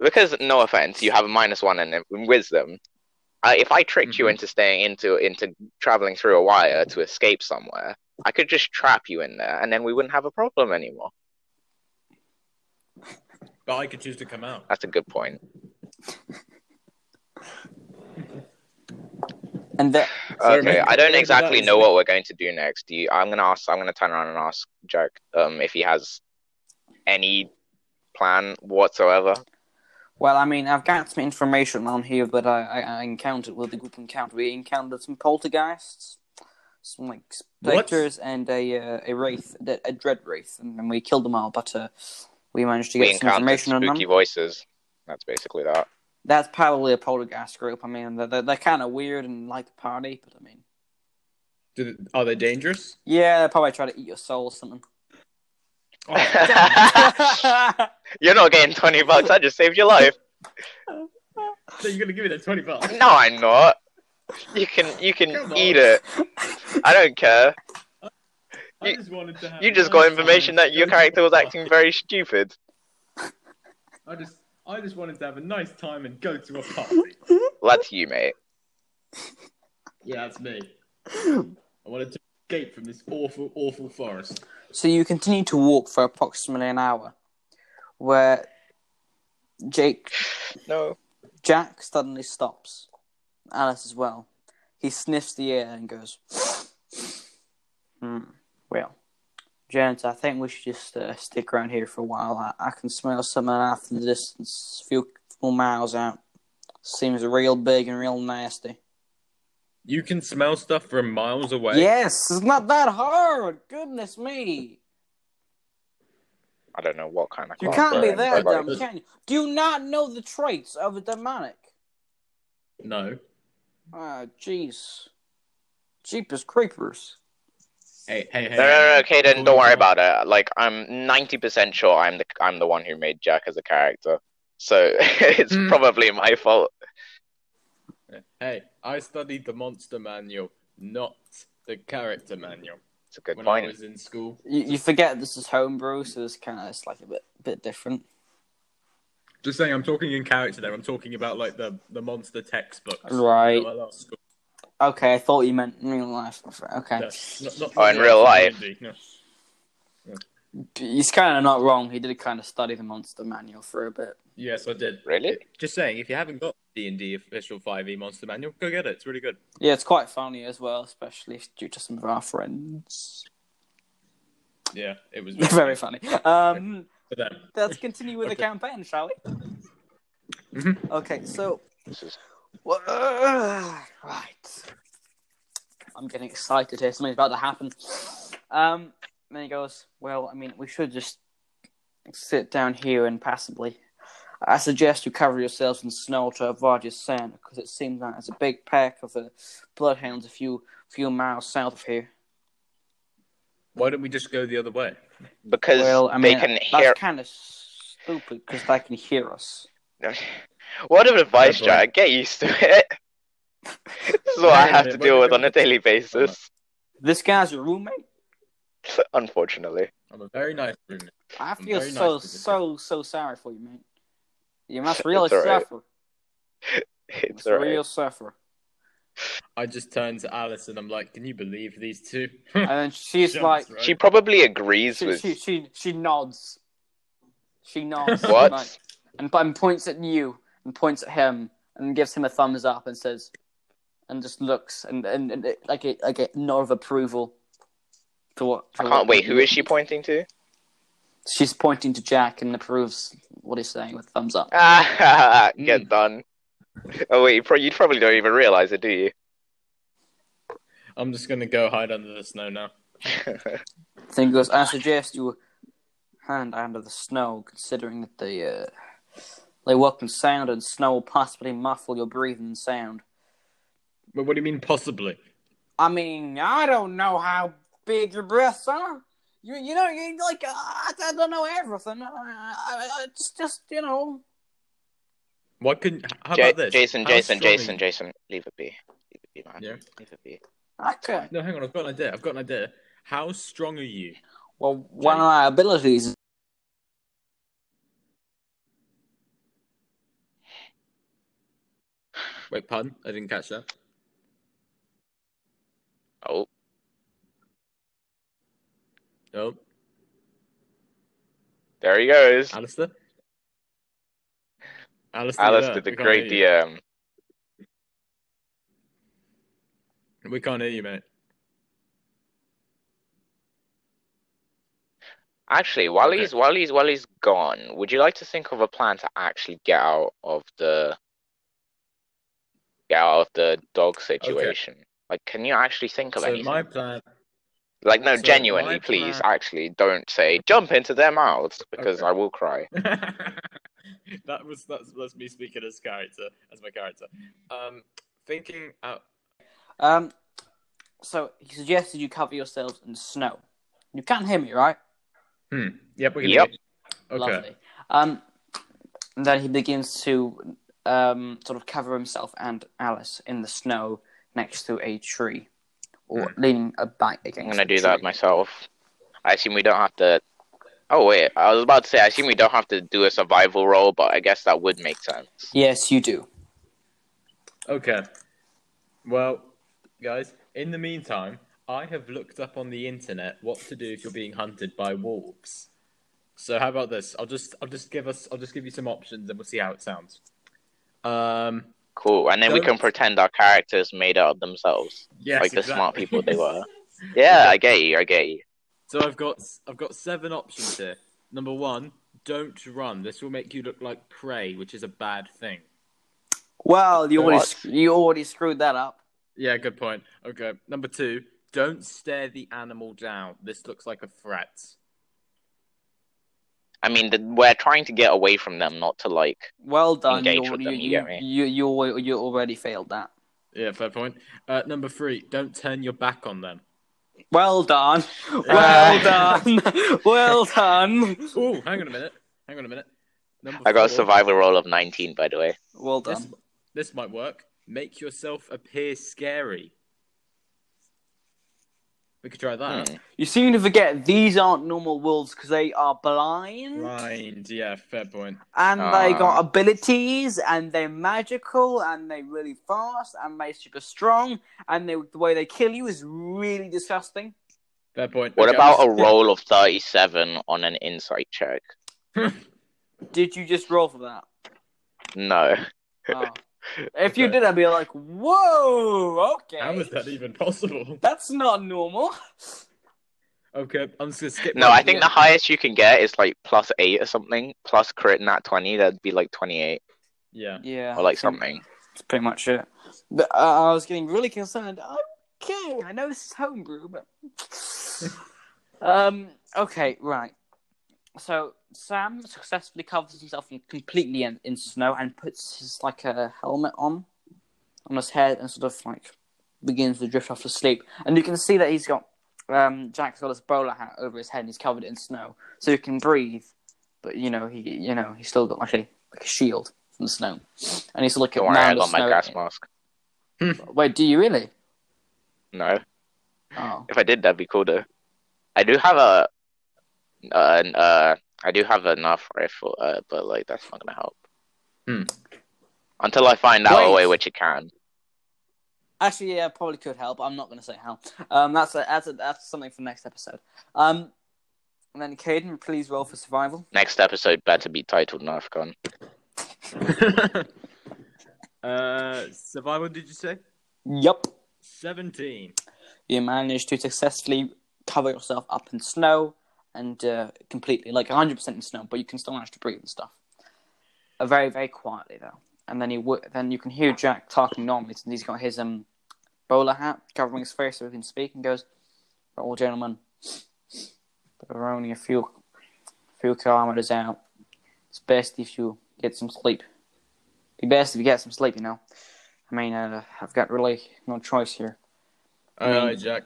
because no offense, you have a minus one in, in wisdom. Uh, if I tricked you
Mhm.
Mm-hmm.
into staying into into traveling through a wire to escape somewhere, I could just trap you in there, and then we wouldn't have a problem anymore.
But I could choose to come out.
That's a good point.
And the,
So
okay,
maybe-
I don't
maybe
exactly
that
know
is-
what we're going to do next. Do you, I'm gonna ask. I'm gonna turn around and ask Jack um, if he has any plan whatsoever.
well, I mean, I've got some information on here that I, I, I encountered with the group encounter. We encountered some poltergeists, some like
What?
specters, and a uh, a wraith, a, a dread wraith, and, we killed them all. But uh, we managed to
We
get some
encountered
information on them.
spooky voices. That's basically that.
That's probably a poltergeist group. I mean, they're they're, they're kind of weird and like to party, but I mean,
Do they- are they dangerous?
yeah, they probably try to eat your soul or
<laughs>
something.
Oh, damn.
<laughs> You're not getting twenty bucks. I just saved your life.
so you're gonna give me that twenty bucks? <laughs>
No, I'm not. You can you can
Come on.
eat it. I don't care.
I
You-
just wanted to have
You just
a nice
got
time.
information that your character was acting very stupid.
I just I just wanted to have a nice time and go to a <laughs> party.
Well, that's you, mate.
yeah, that's <laughs> me. I wanted to escape from this awful, awful forest.
So you continue to walk for approximately an hour, where Jake
No.
Jack suddenly stops. Alice as well. He sniffs the air and goes, <sighs> hmm, Well, gents, I think we should just uh, stick around here for a while. I, I can smell something off in the distance, a few, few miles out. Seems real big and real nasty.
You can smell stuff from miles away.
Yes, it's not that hard. Goodness me.
I don't know what kind of.
You
class
can't
we're
be
in,
that
but, like,
dumb, can you? Do you not know the traits of a demonic?
No.
Ah, jeez. Jeepers creepers.
Hey, hey, hey.
No, no, no, okay, then
Hold
don't
on.
worry about it. Like, I'm ninety percent sure I'm the I'm the one who made Jack as a character, so <laughs> it's
Hmm.
probably my fault.
Hey, I studied the monster manual, not the character manual.
It's a good
when
point.
I was in school,
You, you forget this is homebrew, so it's kind of it's like a bit bit different.
just saying, I'm talking in character there. I'm talking about like the the monster textbooks.
Right.
Not, not school.
Okay, I thought you meant in real life. Okay,
No, not- not-
Oh, in
not
real
the
life.
D&D, no.
he's kind of not wrong. He did kind of study the monster manual for a bit.
Yes, I did.
Really?
Just saying, if you haven't got D and D official five E monster manual, go get it. It's really good.
Yeah, it's quite funny as well, especially due to some of our friends. <laughs>
Yeah, it was
Very funny. Um,
for them.
<laughs>
let's continue with the
Okay.
campaign, shall we?
Mhm.
Okay, so
Mm-hmm. This is
Well, <sighs> right. I'm getting excited here. Something's about to happen. Um, and then he goes, Well, I mean, we should just sit down here and passively. I suggest you cover yourselves in snow to avoid your scent, because it seems that there's a big pack of the bloodhounds a few few miles south of here.
Why don't we just go the other way?
because
well, I
they
mean,
can
that's
hear.
kind of stupid, because they can hear us.
<laughs> What an advice,
Good point.
Jack. Get used to it. <laughs> this is what I
Wait a
have to
minute,
deal
wait a
with on a
minute.
daily basis,
This guy's your roommate?
<laughs> unfortunately.
I'm a very nice roommate.
I
I'm
feel
very
so,
nice with this
so, so sorry for you, mate. You must
It's
really
all right.
suffer.
It's
It's
all
a
right.
real suffer.
I just turned to Alice and I'm like, "Can you believe these two? <laughs>
And then she's
Jumps,
like,
right?
She probably agrees
she,
with
she she she nods. She
<laughs>
nods.
what?
like, and and points at you and points at him and gives him a thumbs up and says, and just looks and and, and it- like a like a nod of approval. To what?
I
to
can't
what-
wait. Who is she pointing to? <laughs>
She's pointing to Jack and approves what he's saying with thumbs up.
Ah,
Hmm.
get done. <laughs> Oh wait, you pro- you probably don't even realize it, do you?
I'm just gonna go hide under the snow now.
Then he goes, I suggest you hand under the snow, considering that the uh, they welcome sound and snow will possibly muffle your breathing and sound.
But what do you mean possibly?
I mean, I don't know how big your breasts are. You, you know, you like uh, I, I don't know everything. I, I, I, it's just you know.
Why couldn't? How
Ja-
about this?
Jason,
How
Jason,
strong are
Jason,
you-
Jason, leave it be. Leave it be, man.
Yeah.
Leave it be.
Okay.
No, hang on. I've got an idea. I've got an idea. How strong are you?
Well, one of my abilities.
Wait, pardon. I didn't catch that.
Oh,
Oh,
there he goes.
Alistair. Alistair, you're
Alice
there.
did a
We can't
great
hear
DM.
you. We can't hear you, mate.
Actually, while
Okay.
he's while he's while he's gone, would you like to think of a plan to actually get out of the get out of the dog situation? Like, can you actually think of
So
anything?
my plan. <laughs>
Like, no,
so
genuinely,
my
please,
plan-
actually, don't say jump into their mouths because
Okay.
I will cry.
that was that's that's me speaking as character as my character. Um, thinking out.
Um. So he suggested you cover yourselves in snow. You can't hear me, right?
Hmm. Yep. We can
Yep.
hear you. Okay.
Lovely. Um, and then he begins to um, sort of cover himself and Alice in the snow next to a tree,
Hmm.
or leaning a back
I'm
against.
gonna
a
do that
tree.
myself. I assume we don't have to Oh wait, I was about to say. I assume we don't have to do a survival roll, but I guess that would make sense.
Yes, you do.
Okay. Well, guys, in the meantime, I have looked up on the internet what to do if you're being hunted by wolves. So how about this? I'll just I'll just give us I'll just give you some options and we'll see how it sounds. Um
Cool. And then we can
Don't-
pretend our characters made it up themselves,
yes,
like the smart
exactly.
people they were. Yeah, I get you. I get you.
<laughs> So I've got I've got seven options here. Number one, don't run. This will make you look like prey, which is a bad thing.
Well, you already
What?
sc- you already screwed that up.
Yeah, good point. Okay. Number two, don't stare the animal down. This looks like a threat.
I mean, the, we're trying to get away from them, not to like.
Well done.
Engage
you,
with them,
you,
you get me?
you, you, you, you already failed that.
Yeah, fair point. Uh, number three, don't turn your back on them.
Well
<laughs>
done. Well
Ah.
done. well done.
Oh, hang on a minute. Hang on a minute. Number
I got a
four,
survival roll of 19, by the way.
Well done.
This, this might work. Make yourself appear scary. We could try that.
Hmm.
You seem to forget these aren't normal wolves because they are blind
Blind. Yeah, fair point.
and they
Ah.
got abilities and they're magical and they're really fast and they're super strong and they, the way they kill you is really disgusting.
Fair point.
What
Okay,
about a
I'm just-
roll of 37 on an insight check?
Did you just roll
<laughs>
for that?
No.
Oh. If you
Okay.
did, I'd be like, whoa, okay.
How is that even possible? <laughs>
That's not normal.
Okay, I'm just gonna skip.
No,
right
I think
to
the highest you can get is like plus 8 or something, plus crit nat 20, that'd be like 28
<laughs> Yeah.
<laughs> Yeah.
or like something.
That's pretty much it. But uh, I was getting really concerned. Okay, I know this is homebrew, but
<laughs>
um, okay, right. So Sam successfully covers himself in, completely in, in snow and puts his like a helmet on on his head and sort of like begins to drift off to sleep. And you can see that he's got um, Jack's got his bowler hat over his head and he's covered it in snow, so he can breathe. But you know he you know he's still got like a like a shield from the snow, and he's looking
Don't worry, I
at mound
got
of
my
snow.
gas mask.
Wait, do you really?
No.
Oh,
If I did, that'd be cool though. I do have a. Uh, uh, I do have enough rifle, uh, but like that's not gonna help.
Hmm.
Until I find out a
Wait.
way which it can.
actually, yeah, probably could help. I'm not going to say how. Um, that's a, that's a, that's something for next episode. Um, and then Caden, please roll for survival.
Next episode better be titled Nerfcon.
uh, survival? Did you say
Yup,
seventeen?
you managed to successfully cover yourself up in snow and uh, completely, like 100 percent in snow, but you can still manage to breathe and stuff. Uh, very very quietly though, and then you w- then you can hear Jack talking normally. since He's got his um bowler hat covering his face so he can speak, and goes, "But all gentlemen, there are only a few few kilometers out. It's best if you get some sleep. Be best if you get some sleep, you know. I mean, uh, I've got really no choice here.
Um,
All right, Jack.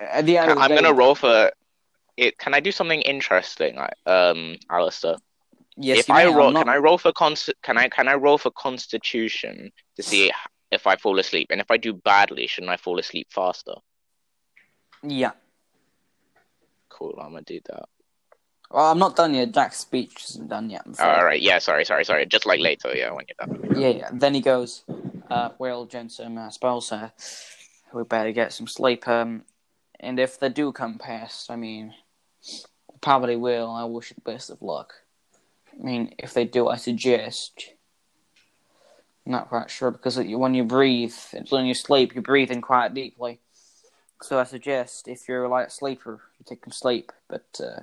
At the end, of the
I'm
day-
gonna roll for it. Can I do something interesting, like, um, Alistair?
Yes,
if
you
I
may, I'm
roll,
not-
can I roll for const? Can I can I roll for Constitution to see if I fall asleep? And if I do badly, shouldn't I fall asleep faster?
Yeah.
Cool, I'm gonna do that.
Well, I'm not done yet. Jack's speech isn't done yet. I'm sorry.
All right, yeah, sorry, sorry, sorry. Just like later, yeah, when you're done.
Yeah, yeah. Then he goes, uh, well, gents and uh, spouse, uh, we better get some sleep. Um, and if they do come past, I mean, probably will. I wish it best of luck. I mean, if they do, I suggest. I'm not quite sure because it- when you breathe, it's when you sleep, you breathe in quite deeply. So I suggest if you're a light sleeper, you take some sleep. But uh,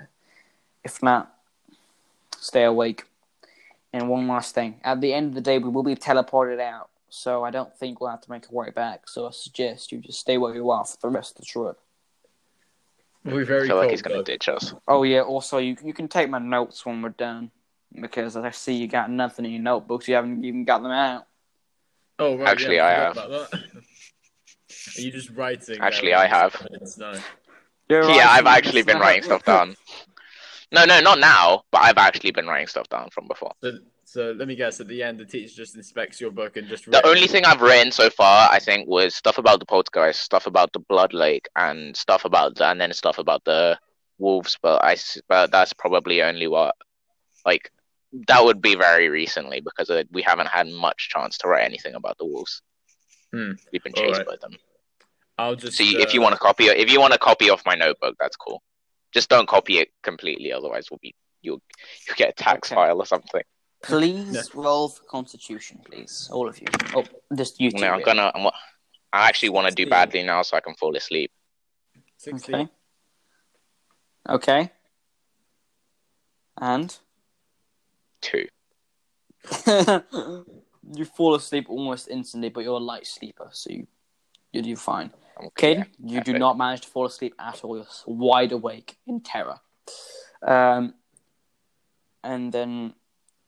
if not, stay awake. And one last thing. At the end of the day, we will be teleported out, so I don't think we'll have to make our way back. So I suggest you just stay where you are for the rest of the trip.
We'll be
I
very
feel like
cold,
he's gonna
though.
ditch us.
Oh, yeah, also, you, you can take my notes when we're done, because I see you got nothing in your notebooks. You haven't even got them out.
Oh, right,
Actually,
yeah,
I
forgot about that. <laughs> Are you just writing? there
Actually,
when
I
<laughs> it's
have.
covered in snow?
Yeah, I've actually been writing stuff down. No, no, not now, but I've actually been writing stuff down from before.
So, so let me guess. At the end, the teacher just inspects your book and just.
The only thing I've written so far, I think, was stuff about the poltergeist, stuff about the blood lake, and stuff about the, and then stuff about the Wolves, but I s- but that's probably only what like that would be very recently because uh, we haven't had much chance to write anything about the Wolves.
Hmm.
We've been
All
chased
right.
by them.
I'll just.
So you, if you
uh,
want to copy, if you want to copy off my notebook, that's cool. Just don't copy it completely, otherwise we'll be you'll you get a tax
Okay.
file or something.
Please roll for Constitution, please, all of you. Oh, just you two.
No, I'm gonna. I'm, I actually want to do
Sixteen.
badly now so I can fall asleep.
16.
Okay. Okay. And
Two.
<laughs> you fall asleep almost instantly, but you're a light sleeper, so you you do fine.
I'm
Caden,
yeah.
you do
perfect.
not manage to fall asleep at all. You're s- wide awake in terror. Um, and then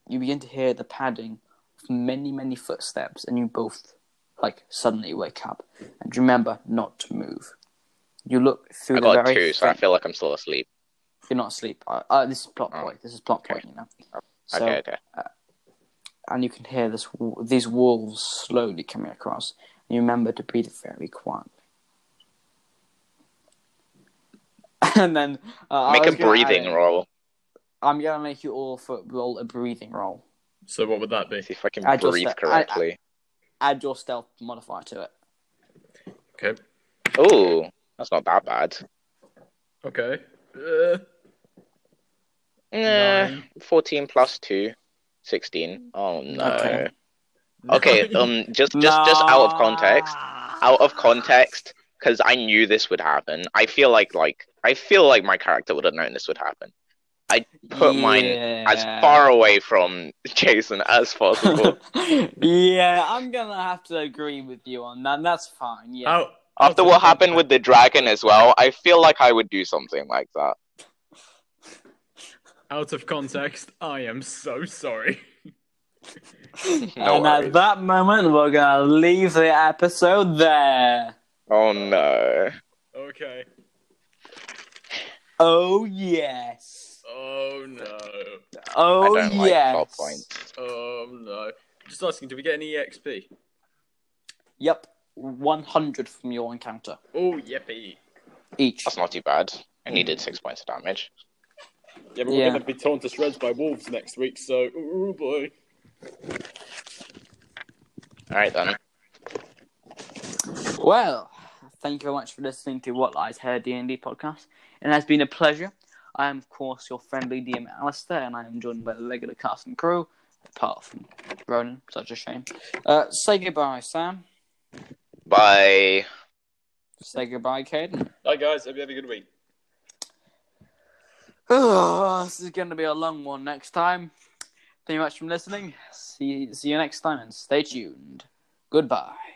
you begin to hear the padding of many, many footsteps, and you both like suddenly wake up and remember not to move. You look through
I
the
got a
very
two, so I
thin-
feel like I'm still asleep.
You're not asleep. Uh, uh, this is plot
Oh.
point. This is plot
Okay.
point. You know. So,
okay, okay.
and you can hear this w- these wolves slowly coming across. And you remember to breathe very quietly. <laughs> And then uh, I
Make
was
a
gonna add
breathing
in-
roll.
I'm gonna make you all for, roll a breathing roll.
So what would that be?
See if I can
I just-
breathe
I- I-
correctly.
Add your stealth modifier to it.
Okay.
Oh, that's not that bad.
Okay. Uh,
Eh, <laughs>
Nine.
14 plus 2, 16. Oh no.
Okay.
Okay,
<laughs>
<laughs>
um just just just
No.
out of context. Out of context cuz I knew this would happen. I feel like like I feel like my character would have known this would happen. put mine As
Yeah.
far away from <laughs> Jason as possible.
<laughs> yeah, I'm gonna have to agree with you on that. That's fine. Yeah.
Out,
After what happened with the dragon as well, I feel like I would do something like that.
Out of context, I am so sorry. <laughs>
No
and
worries.
at that moment, we're gonna leave the episode there.
Oh no.
Okay.
Oh yes.
Oh no.
Oh
I don't like
yes.
plot points.
Oh no. Just asking, do we get any E EXP?
Yep, 100 from your encounter
Oh yippee.
each.
That's not too bad. I needed six points of damage.
Yeah, but we're
we're Yeah. gonna
gonna be torn to shreds by wolves next week, so oh boy.
All right then.
Well, thank you very much for listening to What Lies Here D&D podcast. It has been a pleasure. I am, of course, your friendly DM Alistair, and I am joined by the regular cast and crew, apart from Ronan, such a shame. Uh, say goodbye, Sam.
Bye.
Say goodbye, Caden.
Hi guys, hope you have a good week.
<sighs> Oh, this is going to be a long one next time. Thank you much for listening. See, see you next time, and stay tuned. Goodbye.